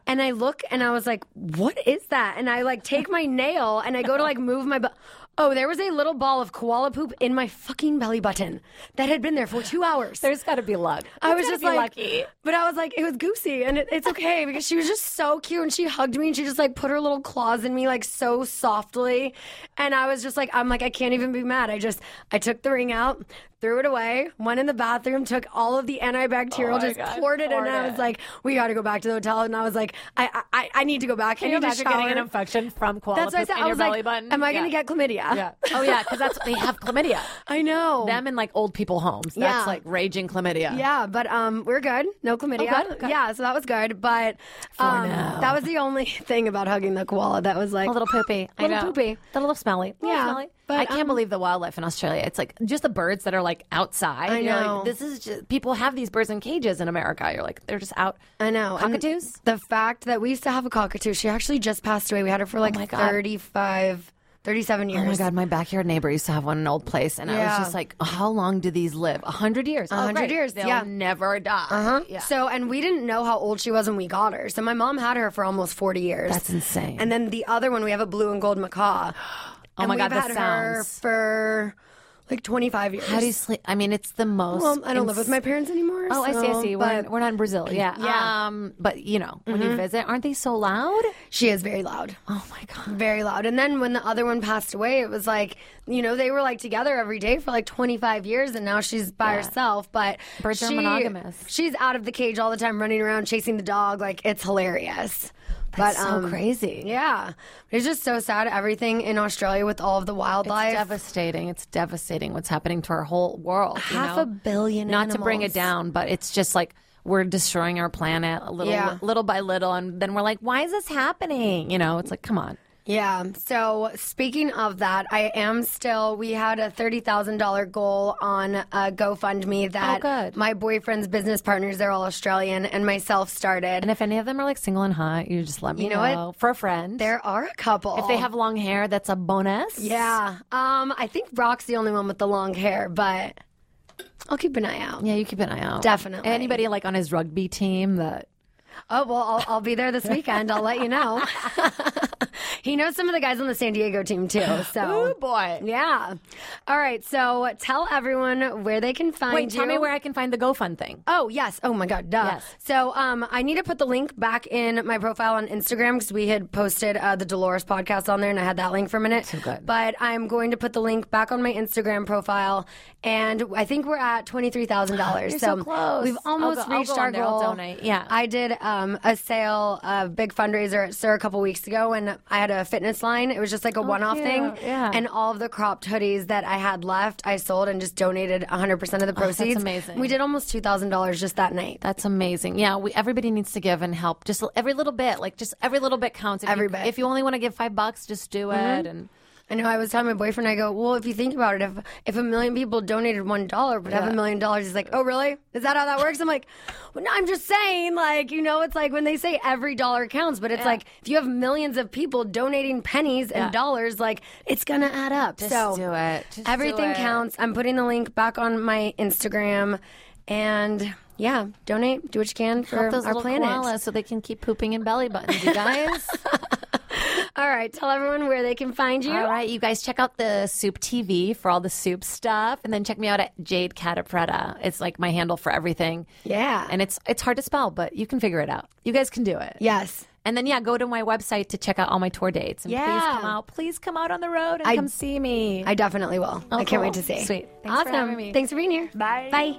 and I look and I was like, what is that? And I like take my nail and I go to like move my. Bu- oh, there was a little ball of koala poop in my fucking belly button that had been there for two hours. there's got to be luck. I was just like, lucky. but I was like, it was Goosey, and it, it's okay because she was just so cute, and she hugged me, and she just like put her little claws in me like so softly, and I was just like, I'm like, I can't even be mad. I just, I took the ring out, threw it away, went in the bathroom, took all of the Oh antibacterial, just poured it, in, and I was like, we got to go back to the hotel, and I was like, I, I, I need to go back. I Can you need to imagine shower. getting an infection from koala That's what I poop said. in I your was belly like, button? am I gonna Yeah. get chlamydia? Yeah. Oh yeah, because that's they have chlamydia. I know. Them and like old people homes. That's Yeah. like raging chlamydia. Yeah, but um, we're good. No chlamydia. Oh, good, good. Yeah, so that was good. But um, that was the only thing about hugging the koala that was like A little poopy. I Little know. poopy. A little smelly. A little Yeah, smelly. but, I can't um, believe the wildlife in Australia. It's like just the birds that are like outside. I You're like, know. this is just people have these birds in cages in America. You're like, they're just out. I know and Cockatoos? The fact that we used to have a cockatoo. She actually just passed away. We had her for like Oh my God. 35, 37 years. Oh my god, my backyard neighbor used to have one in an old place, and I was Yeah. just like, how long do these live? A hundred years. A 100 years, They'll yeah. Uh-huh. never die. Huh? Yeah. So, and we didn't know how old she was when we got her. So, my mom had her for almost 40 years. That's insane. And then the other one, we have a blue and gold macaw. Oh and my God, we've the had her sounds. for like 25 years. How do you sleep? I mean, it's the most. Well, I don't live with ins- my parents anymore. Oh, I see, I so- see. We're, but- we're not in Brazil. Yeah. Yeah. Mm-hmm. Um, but, you know, when you visit, aren't they so loud? She is very loud. Oh, my God. Very loud. And then when the other one passed away, it was like, you know, they were like together every day for like 25 years and now she's by herself. But Birds are she- monogamous. She's out of the cage all the time, running around, chasing the dog. Like, it's hilarious. That's but, so um, crazy. Yeah. It's just so sad. Everything in Australia with all of the It's wildlife. devastating. It's devastating what's happening to our whole world. you Half know? a billion Not to bring it animals. down, but it's just like we're destroying our planet a little, Yeah. little by little, and then we're like, why is this happening? You know, it's like, come on. Yeah. So speaking of that, I am still. We had a thirty thousand dollar goal on a GoFundMe that Oh, good. my boyfriend's business partners, they're all Australian, and myself started. And if any of them are like single and hot, you just let me You know what? for a friend. there are a couple. if they have long hair, that's a bonus. yeah. Um, I think Brock's the only one with the long hair, but I'll keep an eye out. Yeah, you keep an eye out. Definitely. Anybody like on his rugby team that Oh well, I'll, I'll be there this weekend. I'll let you know. he knows some of the guys on the San Diego team too. So. boy. Yeah. All right. So tell everyone where they can find Wait, you. tell me where I can find the GoFund thing. Oh yes! Oh my God! Duh. Yes. So um, I need to put the link back in my profile on Instagram because we had posted uh, the Dolores podcast on there, and I had that link for a minute. good. But I'm going to put the link back on my Instagram profile, and I think we're at twenty three thousand dollars. You're so close. We've almost I'll go- I'll reached go our on there. I'll goal. donate. Yeah. I did um, a sale, a big fundraiser at Sir a couple weeks ago, and I had a fitness line. It was just like a one off Oh, cute. thing, Yeah. and all of the cropped hoodies that I had left, I sold and just donated hundred percent of the proceeds. amazing. We did almost two thousand dollars just that night. That's amazing. Yeah, we everybody needs to give and help. Just every little bit, like just every little bit counts. If Every you, bit. Mm-hmm. If you only want to give five bucks, just do it. And I know. I was telling my boyfriend, I go, well, if you think about it, if if a million people donated one dollar, but have a million dollars, he's like, oh, really? Is that how that works? I'm like, well, no, I'm just saying, like, you know, it's like when they say every dollar counts, but it's like if you have millions of people donating pennies and dollars, like it's gonna add up. Just so do it. Just do everything it. counts. I'm putting the link back on my Instagram, and yeah, donate, do what you can for help those our little planet. koalas so they can keep pooping in belly buttons. You guys, All right, tell everyone where they can find you. All right, you guys check out the Soup TV for all the soup stuff, and then check me out at Jade Catapretta. It's like my handle for everything. Yeah. and it's it's hard to spell, but you can figure it out. You guys can do it. Yes. And then yeah, go to my website to check out all my tour dates. And please Yeah. come out. Please come out on the road and come see me. I definitely will. I can't wait to Oh, cool. see. Sweet. Thanks awesome. for having me. Thanks for being here. Bye. Bye.